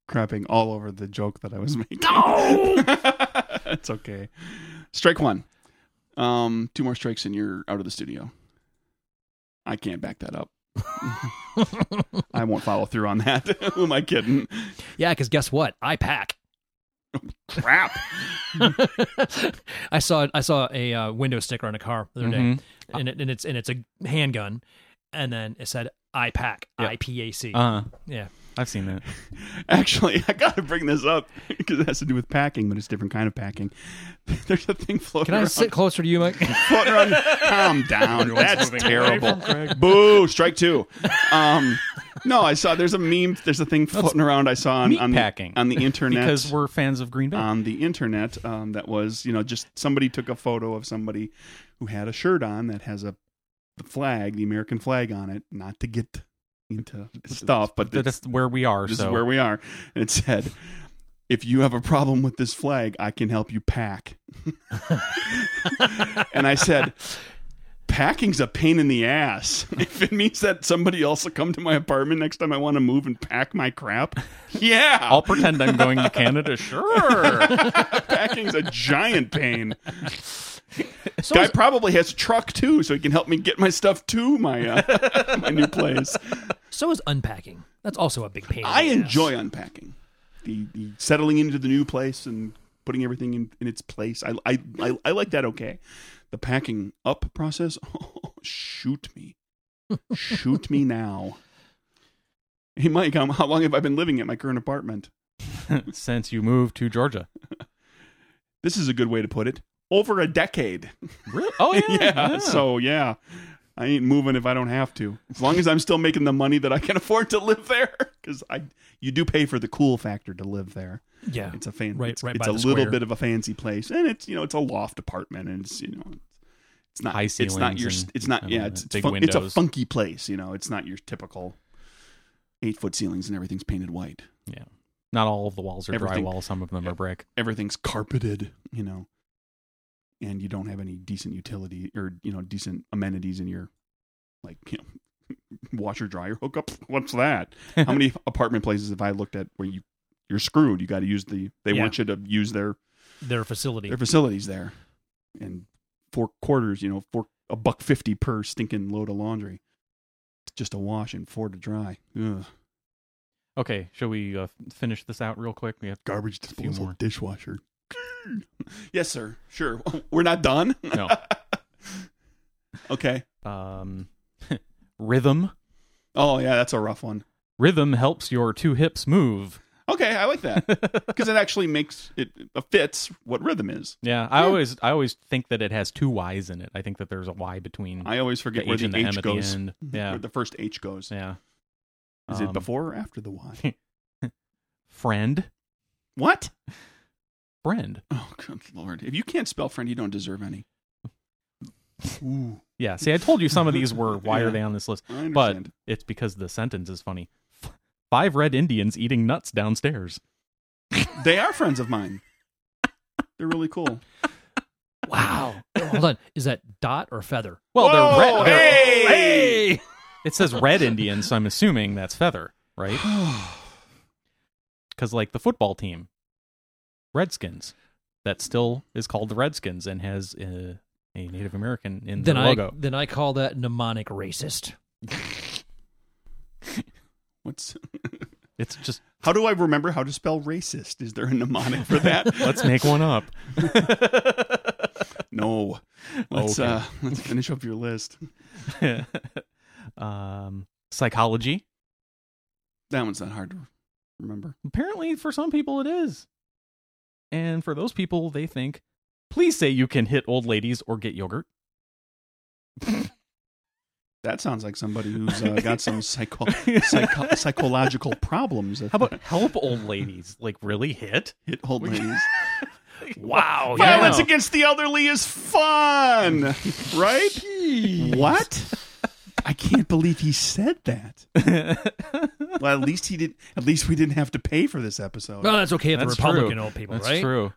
S3: crapping all over [LAUGHS] the joke that I was making. it's okay. Strike one. Um, two more strikes and you're out of the studio. I can't back that up. I won't follow through on that. [LAUGHS] Who am I kidding?
S2: yeah, because guess what? I pack.
S3: Crap.
S2: [LAUGHS] I saw I saw a uh, window sticker on a car the other
S1: Mhm.
S2: day, and, it, and it's and it's a handgun, and then it said I pack
S1: Yep.
S2: I P A C.
S1: Uh,
S2: Yeah,
S1: I've seen that.
S3: [LAUGHS] Actually, I gotta bring this up [LAUGHS] because it has to do with packing, but it's a different kind of packing. [LAUGHS] There's a thing floating
S2: can I
S3: around.
S2: sit closer to you,
S3: [LAUGHS]
S2: Mike?
S3: floating around. Calm down. That's
S1: moving away from
S3: terrible.
S1: Craig.
S3: Boo! Strike two. Um, no, I saw. There's a meme. There's a thing floating around. I saw on,
S1: meat
S3: on the
S1: packing.
S3: on the internet
S1: Because we're fans of Green Bay.
S3: on the internet um, that was you know just somebody took a photo of somebody who had a shirt on that has a the flag, the American flag on it. Not to get into stuff, but
S1: That-
S3: it's-
S1: That's where we are.
S3: this
S1: so
S3: is where we are. And it said, if you have a problem with this flag, I can help you pack. [LAUGHS] and I said, packing's a pain in the ass. [LAUGHS] If it means that somebody else will come to my apartment next time I want to move and pack my crap, yeah.
S1: I'll pretend I'm going to Canada. Sure. [LAUGHS]
S3: packing's a giant pain.
S2: So
S3: Guy
S2: is-
S3: probably has a truck too, so he can help me get my stuff to my uh, [LAUGHS] my new place.
S2: so is unpacking. That's also a big pain. in
S3: I
S2: the ass.
S3: enjoy unpacking, the, the settling into the new place and putting everything in, in its place. I, I I I like that. Okay, the packing up process. [LAUGHS] Oh, shoot me, shoot me now. Hey Mike, how, how long have I been living at my current apartment?
S1: Since you moved to Georgia.
S3: This is a good way to put it. Over a decade. [LAUGHS]
S1: Really? Oh, yeah.
S3: yeah, So yeah, I ain't moving if I don't have to. As long as I'm still making the money that I can [LAUGHS] afford to live there, because I you do pay for the cool factor to live there.
S2: Yeah,
S3: It's a fan.
S2: Right-
S3: it's
S2: right
S3: it's
S2: by
S3: a
S2: the
S3: little
S2: square.
S3: bit of a fancy place, and it's you know it's a loft apartment, and it's you know it's not
S1: High
S3: it's not
S1: ceilings
S3: your
S1: and-
S3: it's not
S1: and
S3: yeah it's it's,
S1: big
S3: fun- it's a
S1: windows.
S3: funky place. You know, it's not your typical eight foot ceilings and everything's painted white.
S1: Not all of the walls are
S3: Everything-
S1: drywall. Some of them are brick.
S3: Everything's carpeted. You know, and you don't have any decent utility or you know decent amenities in your like you know. [LAUGHS] Washer dryer hookup. [LAUGHS] What's that? How
S2: [LAUGHS]
S3: many apartment places have I looked at where you you're screwed? You got to use the. They
S2: Yeah.
S3: want you to use their
S2: their facility.
S3: their facilities there, and four quarters, you know, for a buck fifty per stinking load of laundry, It's just a wash and four to dry. Ugh.
S1: Okay, shall we uh, finish this out real quick?
S3: [LAUGHS]
S1: We have
S3: Garbage
S1: few
S3: disposal
S1: more.
S3: dishwasher. [LAUGHS] yes, sir. Sure. [LAUGHS] We're not done.
S1: No.
S3: okay.
S1: um, [LAUGHS] rhythm.
S3: Oh yeah, that's a rough one.
S1: Rhythm helps your two hips move.
S3: Okay, I
S1: [LAUGHS]
S3: like that because it actually makes it uh, fits what rhythm is.
S1: Yeah, I always I always think that it has two Y's in it. I think that there's a Y between
S3: I always
S1: Mm. the
S3: forget
S1: H
S3: where the,
S1: and the M
S3: H
S1: at
S3: goes.
S1: the end. Yeah,
S3: [LAUGHS] Where the first H goes.
S1: yeah.
S3: Is
S1: Um,
S3: it before or after the Y?
S1: friend?
S3: what?
S1: Friend.
S3: Oh, good lord. If you can't spell friend, you don't deserve any. Ooh,
S1: Yeah. See, I told you some of these were. Why
S3: [LAUGHS] Yeah.
S1: are they on this list?
S3: I
S1: But
S3: understand.
S1: it's because the sentence is funny. F- Five red Indians eating nuts downstairs.
S3: they are friends of mine. They're
S1: [SIGHS]
S3: really cool.
S2: Wow. Hold on. Is that dot or feather?
S1: Well, they're
S3: Whoa,
S1: red. they're-
S3: hey!
S1: It says red Indians, so I'm assuming that's feather,
S3: [GASPS]
S1: right? Because like the football team, Redskins, that still is called the Redskins and has uh, a Native American in the
S2: Then I
S1: logo.
S2: then I call that mnemonic racist.
S3: What's
S1: It's just
S3: How do I remember how to spell racist? Is there a mnemonic for
S1: [LAUGHS]
S3: that?
S1: let's make one
S2: [LAUGHS]
S1: up.
S3: no. Let's
S1: Okay.
S3: uh let's finish up your list.
S1: um, psychology.
S3: That one's not hard to remember.
S1: Apparently, for some people, it is, and for those people, they think, "Please say you can hit old ladies or get yogurt."
S3: That sounds like somebody who's uh, got some psycho- psycho- psychological problems.
S1: How
S2: [LAUGHS]
S1: about help old ladies? Like really hit?
S3: hit old ladies?
S2: Wow.
S3: Violence
S1: Oh, Yeah. [LAUGHS]
S3: against the elderly is fun, right? What? I can't believe he said that. Well, at least he didn't. At least we didn't have to pay for this episode.
S2: Well, that's okay if the
S1: That's
S2: Republican
S1: true.
S2: old people,
S1: That's
S2: right?
S1: true.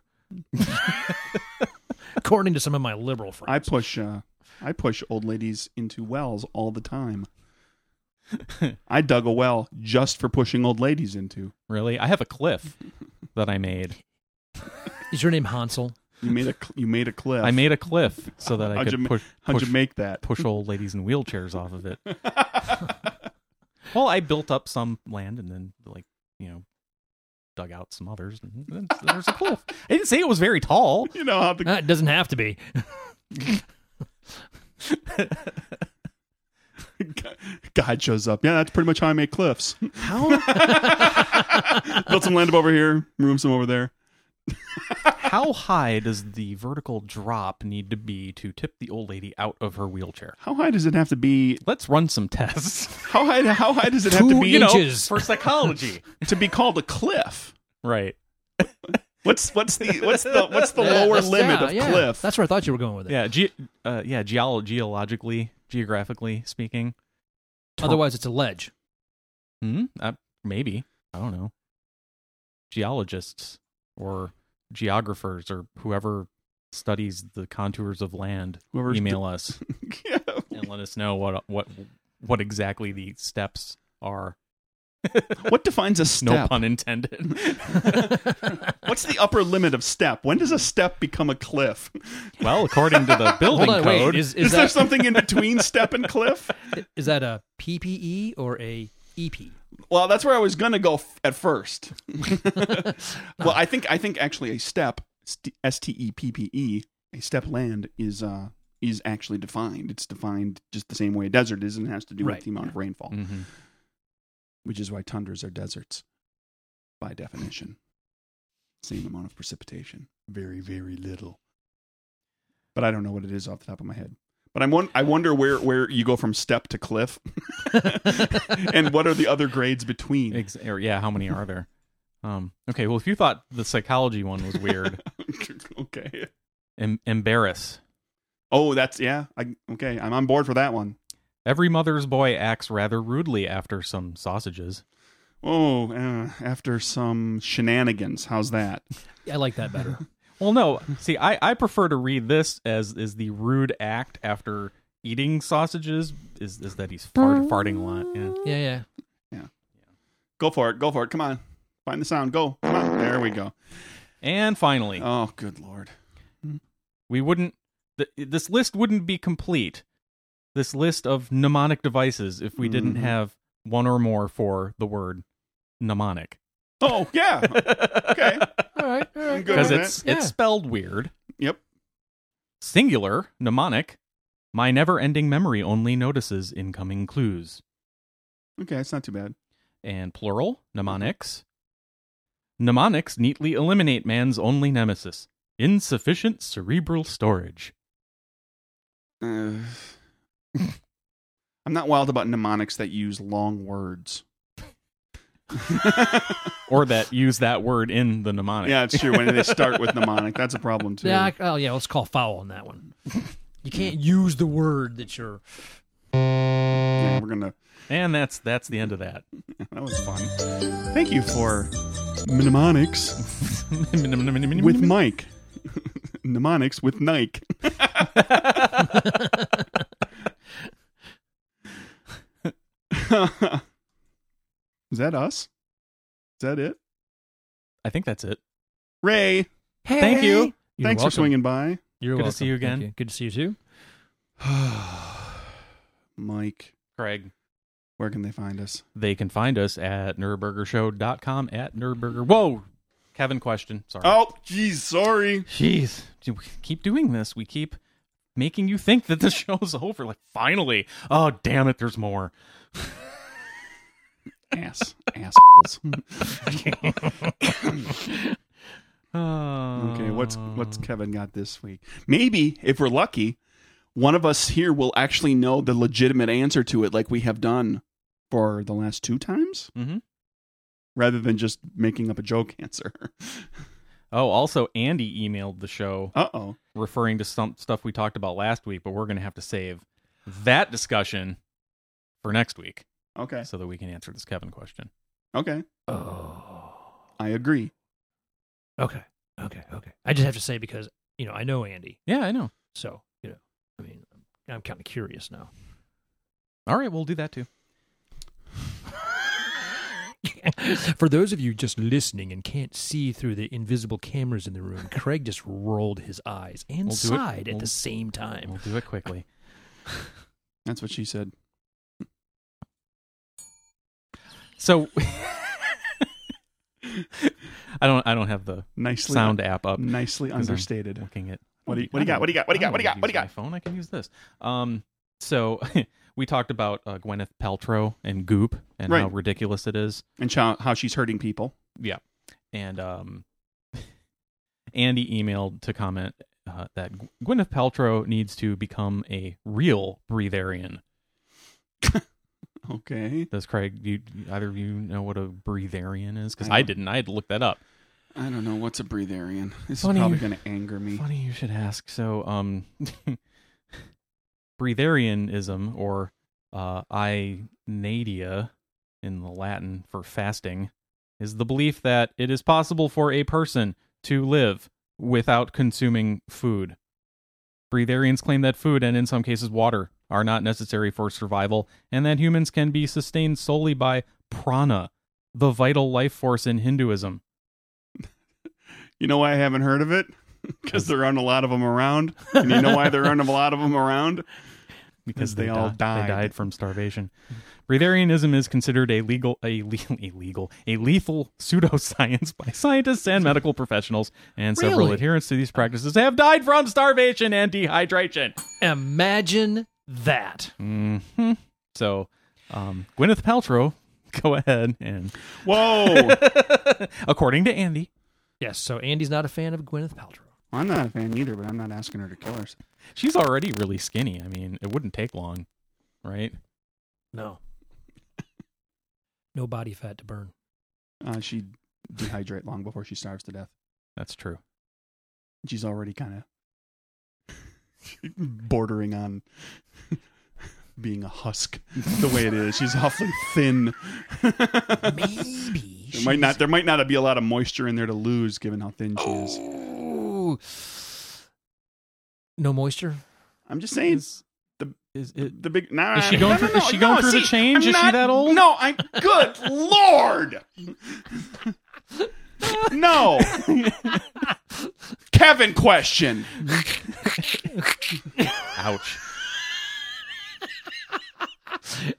S2: According to some of my liberal friends.
S3: I push. Uh, I push old ladies into wells all
S1: [LAUGHS]
S3: the time. I dug a well just for pushing old ladies into.
S2: [LAUGHS]
S1: Really? I have a cliff that I made. [LAUGHS]
S2: Is your name Hansel?
S3: You made a cl- you made a cliff.
S1: I made a cliff so that I
S3: How'd you
S1: could
S3: ma-
S1: push
S3: How'd
S1: push,
S3: you make that?
S1: push old ladies in wheelchairs off of it.
S3: [LAUGHS]
S1: [LAUGHS] Well, I built up some land and then like you know dug out some others and then there's a cliff. I didn't say it was very tall.
S3: you know how the
S2: Ah, it doesn't have to be.
S3: guide shows up. Yeah, that's pretty much how I make cliffs.
S1: How
S3: [LAUGHS] Built some land up over here, room some over there.
S1: how high does the vertical drop need to be to tip the old lady out of her wheelchair?
S3: How high does it have to be?
S1: Let's run some tests. [LAUGHS]
S3: How high? How high does it have to
S2: Two
S3: be?
S1: You know,
S2: Inches.
S1: for psychology.
S3: to be called a cliff.
S1: right.
S3: What's what's the
S1: [LAUGHS]
S3: what's the what's the
S2: Yeah,
S3: lower
S2: that's-
S3: limit
S2: yeah,
S3: of
S2: yeah.
S3: cliff?
S2: That's where I thought you were going with it.
S1: Yeah, ge- uh, yeah, geolo- geologically, geographically speaking.
S2: Otherwise, it's a ledge.
S1: Hmm? Uh, maybe. I don't know. Geologists or geographers or whoever studies the contours of land
S3: Whoever's
S1: email
S3: [LAUGHS]
S1: us
S3: yeah.
S1: and let us know what what what exactly the steps are.
S3: [LAUGHS] What defines a
S1: No
S3: step?
S1: pun intended.
S3: What's the upper limit of step? When does a step become a cliff?
S1: well, according [LAUGHS] to the building
S2: Hold on,
S1: code,
S2: wait. Is,
S3: Is,
S2: is,
S3: there
S2: that, [LAUGHS]
S3: something in between step and cliff?
S2: is that a PPE or a E EP?
S3: Well, that's where I was gonna go f- at first. [LAUGHS] well, I think I think actually a step, S T E P P E, a step land is uh is actually defined. It's defined just the same way a desert is, and it has to do
S2: Right.
S3: with the amount of rainfall,
S1: Mhm.
S3: which is why tundras are deserts by definition. Same amount of precipitation, very very little. But I don't know what it is off the top of my head. But I'm one, I wonder where where you go from step to cliff, [LAUGHS] and what are the other grades between?
S1: [LAUGHS] Ex- or, yeah, how many are there? Um, okay, well, if you thought the psychology one was [LAUGHS] weird,
S3: [LAUGHS] okay.
S1: em- embarrass.
S3: Oh, that's yeah. I, okay, I'm on board for that one.
S1: Every mother's boy acts rather rudely after some sausages.
S3: Oh, uh, after some shenanigans, how's that?
S2: I like that better.
S1: [LAUGHS] Well, no. See, I, I prefer to read this as is the rude act after eating sausages is is that he's fart, farting a lot. Yeah.
S2: Yeah, yeah.
S3: Go for it. Go for it. Come on, find the sound. Go. Come on. There we go.
S1: And finally,
S3: Oh, good lord.
S1: we wouldn't. Th- this list wouldn't be complete. This list of mnemonic devices if we didn't
S3: Mhm.
S1: have one or more for the word mnemonic
S3: Oh yeah.
S1: [LAUGHS]
S3: Okay.
S2: All right, all
S3: I'm
S2: right.
S3: good
S1: because
S3: with
S1: it's
S2: Yeah.
S1: it's spelled weird.
S3: Yep.
S1: Singular mnemonic. My never-ending memory only notices incoming clues.
S3: Okay, it's not too bad.
S1: and plural mnemonics. Mnemonics neatly eliminate man's only nemesis insufficient cerebral storage.
S3: Uh, [LAUGHS] I'm not wild about mnemonics that use long words.
S1: Or that use that word in the mnemonic.
S3: Yeah, it's true. When they start with mnemonic, that's a problem too.
S2: Yeah, I, oh yeah. Let's call foul on that one. You can't use the word
S1: [LAUGHS]
S2: that you're.
S3: Yeah, we're gonna
S1: And that's that's the end of
S3: [LAUGHS]
S1: that.
S3: That was fun. Thank you for mnemonics with Mike. [LAUGHS] mnemonics with Nike. [LAUGHS] Is that us? Is that it?
S1: I think that's it.
S3: Ray,
S2: Hey,
S1: Thank you.
S2: You're
S3: thanks
S2: welcome.
S3: for swinging by.
S2: You're
S1: Good to
S2: welcome.
S1: see you
S2: Thank
S1: again.
S2: Good to see you too.
S3: Mike,
S1: Craig.
S3: where can they find us?
S1: They can find us at nerdburgershow.com at nerdburger. Whoa. Kevin question. Sorry.
S3: Oh, geez, sorry.
S1: Jeez, Dude, we keep doing this. We keep making you think that the [LAUGHS] show's over. Like, finally. Oh, damn it, there's more.
S3: Ass. Assholes. [LAUGHS]
S1: Uh,
S3: Okay, what's what's
S1: Um.
S3: Kevin got this week? Maybe if we're lucky, one of us here will actually know the legitimate answer to it, like we have done for the last two times,
S1: hmm
S3: rather than just making up a joke answer. [LAUGHS]
S1: Oh, also, Andy emailed the show
S3: Uh oh,
S1: referring to some stuff we talked about last week, but we're going to have to save that discussion for next week
S3: okay,
S1: so that we can answer this Kevin question.
S3: okay,
S2: Oh.
S3: I agree.
S2: Okay. Okay. Okay. I just have to say because you know I know Andy,
S1: Yeah, I know.
S2: so you know I mean I'm kind of curious [LAUGHS] now.
S1: All right, we'll do that too.
S2: For those of you just listening and can't see through the invisible cameras in the room, Craig just rolled his eyes and
S1: We'll do it.
S2: sighed at
S1: We'll-
S2: the same time.
S1: We'll do it quickly.
S3: That's what she said.
S1: [LAUGHS] So [LAUGHS] I don't I don't have the
S3: Nicely
S1: sound app up.
S3: Nicely
S1: 'Cause I'm-
S3: understated.
S1: Looking at
S3: What do you- what do you got? What do you got? What do
S1: I
S3: you got?
S1: don't need
S3: What do you got?
S1: to
S3: What
S1: use
S3: do you
S1: my
S3: got?
S1: Phone. I can use this. Um. So [LAUGHS] we talked about uh, Gwyneth Paltrow and Goop and how
S3: Right.
S1: ridiculous it is.
S3: And how, how she's hurting people.
S1: Yeah. And um, [LAUGHS] Andy emailed to comment uh, that Gw- Gwyneth Paltrow needs to become a real breatharian.
S3: Okay.
S1: Does Craig, do you, either of you know what a breatharian is? Because
S3: I
S1: I
S3: don't.
S1: didn't. I had to look that up.
S3: I don't know what's a breatharian. This
S1: Funny
S3: is probably
S1: you-
S3: going to anger me.
S1: Funny you should ask. So, um, [LAUGHS] breatharianism or uh, inadia in the Latin for fasting is the belief that it is possible for a person to live without consuming food. Breatharians claim that food and, in some cases, water are not necessary for survival and that humans can be sustained solely by prana, the vital life force in Hinduism.
S3: You know why I haven't heard of it? [LAUGHS] Because there aren't a lot of them around. And you know why there aren't a lot of them around?
S1: because
S3: they
S1: they,
S3: all
S1: di-
S3: died.
S1: They died from starvation. Breatharianism is considered a legal, a le- [LAUGHS] illegal, a lethal pseudoscience by scientists and medical professionals, and several
S2: Really?
S1: adherents to these practices have died from starvation and dehydration.
S2: Imagine that.
S1: hmm So, um, Gwyneth Paltrow, [LAUGHS] go ahead and,
S3: Whoa!
S1: according to Andy,
S2: Yes, so Andy's not a fan of Gwyneth Paltrow.
S3: [LAUGHS] I'm not a fan either, but I'm not asking her to kill herself.
S1: she's already really skinny. I mean, it wouldn't take long, right?
S2: No. No body fat to [LAUGHS] burn.
S3: Uh, she dehydrate long before she starves to death.
S1: That's true.
S3: She's already kind of [LAUGHS] bordering on [LAUGHS] being a husk the way it is. She's awfully thin. [LAUGHS]
S2: Maybe.
S3: There might not there might not be a lot of moisture in there to lose given how thin she is.
S2: Ooh. No moisture?
S3: I'm just saying the-
S1: is it
S3: the big nah,
S1: Is she going
S3: no,
S1: through-
S3: no,
S1: is she
S3: no,
S1: going through the
S3: see,
S1: change?
S3: I'm
S1: Is she
S3: not-
S1: that old?
S3: No, I'm good
S1: [LAUGHS]
S3: lord. no. Kevin question.
S1: ouch?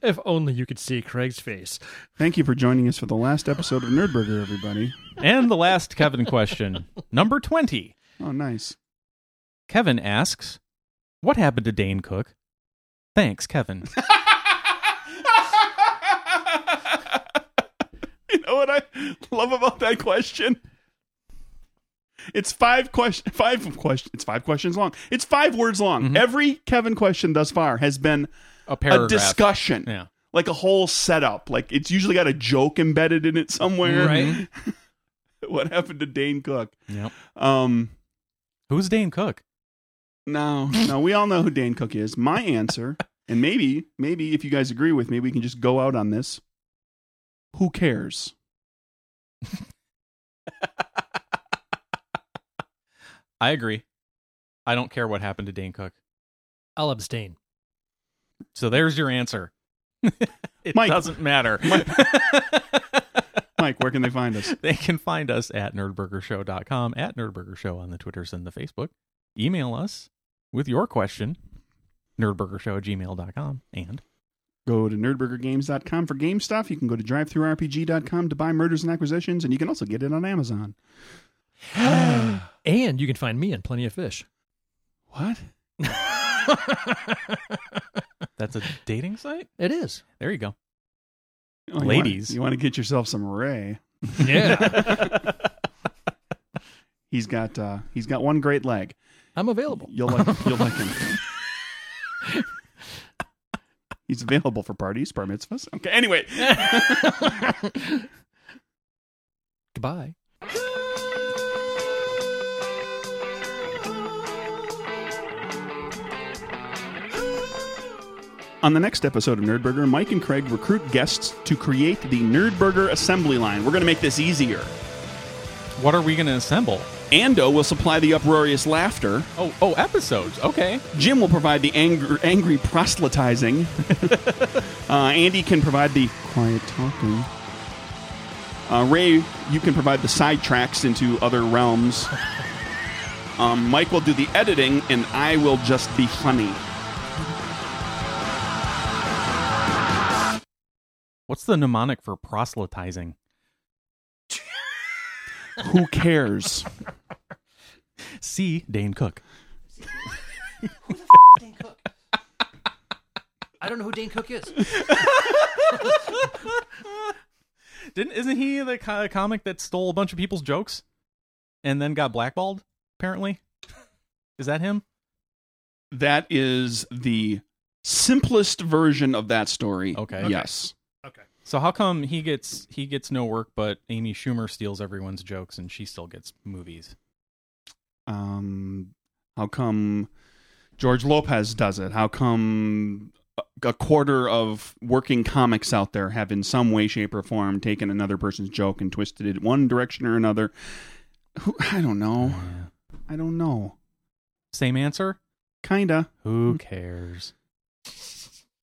S2: If only you could see Craig's face.
S3: Thank you for joining us for the last episode of Nerdburger everybody.
S1: and the last Kevin question, number twenty.
S3: Oh, nice.
S1: Kevin asks, "What happened to Dane Cook?" Thanks, Kevin.
S3: you know what I love about that question? It's five question five question it's five questions long. It's five words long. Every Kevin question thus far has been
S1: A Mm-hmm. paragraph.
S3: a discussion.
S1: Yeah.
S3: Like a whole setup. Like it's usually got a joke embedded in it somewhere.
S2: Right.
S1: Mm-hmm.
S3: [LAUGHS] what happened to Dane Cook?
S1: Yep.
S3: Um
S1: Who's Dane Cook?
S3: No, no, we all know who Dan Cook is. My answer, and maybe, maybe if you guys agree with me, we can just go out on this. Who cares?
S1: I agree. I don't care what happened to Dane Cook.
S2: I'll abstain.
S1: So there's your answer. [LAUGHS] it
S3: Mike.
S1: doesn't matter.
S3: Mike, where can they find us?
S1: [LAUGHS] they can find us at nerdburgershow.com, at nerdburgershow on the Twitters and the Facebook. Email us with your question, nerdburgershow at gmail.com. And
S3: Go to nerdburgergames.com for game stuff. You can go to drivethroughrpg.com to buy Murders and Acquisitions, and you can also get it on Amazon.
S2: And you can find me in Plenty of Fish.
S3: What?
S1: that's a dating site?
S2: It is.
S1: There you go.
S3: Oh, you wanna-
S1: Ladies.
S3: you want to get yourself some Ray.
S2: Yeah.
S3: He's got uh he's got one great leg.
S2: [LAUGHS] I'm available.
S3: You'll like you'll like him. He's available for parties, bar mitzvahs. Okay, anyway.
S2: Goodbye.
S3: On the next episode of Nerdburger, Mike and Craig recruit guests to create the Nerdburger assembly line. We're going to make this easier.
S1: What are we going to assemble?
S3: Ando will supply the uproarious laughter.
S1: Oh, oh, episodes. Okay.
S3: Jim will provide the angry, angry [LAUGHS] proselytizing. uh, Andy can provide the quiet talking. Uh, Ray, you can provide the sidetracks into other realms. Um, Mike will do the editing, and I will just be funny.
S1: What's the mnemonic for proselytizing?
S3: Who cares?
S1: See Dane Cook.
S2: Dane Cook. I don't know who Dane Cook is.
S1: Didn't isn't he the co- comic that stole a bunch of people's jokes and then got blackballed? Apparently, [LAUGHS] is that him?
S3: that is the simplest version of that story.
S1: Okay.
S3: Yes.
S2: Okay.
S1: So how come he gets he gets no work, but Amy Schumer steals everyone's jokes and she still gets movies?
S3: Um, how come George Lopez does it? How come a- a quarter of working comics out there have, in some way, shape, or form, taken another person's joke and twisted it one direction or another? Who, I don't know. I don't know.
S1: Same answer.
S3: Kinda.
S1: Hmm. Who cares?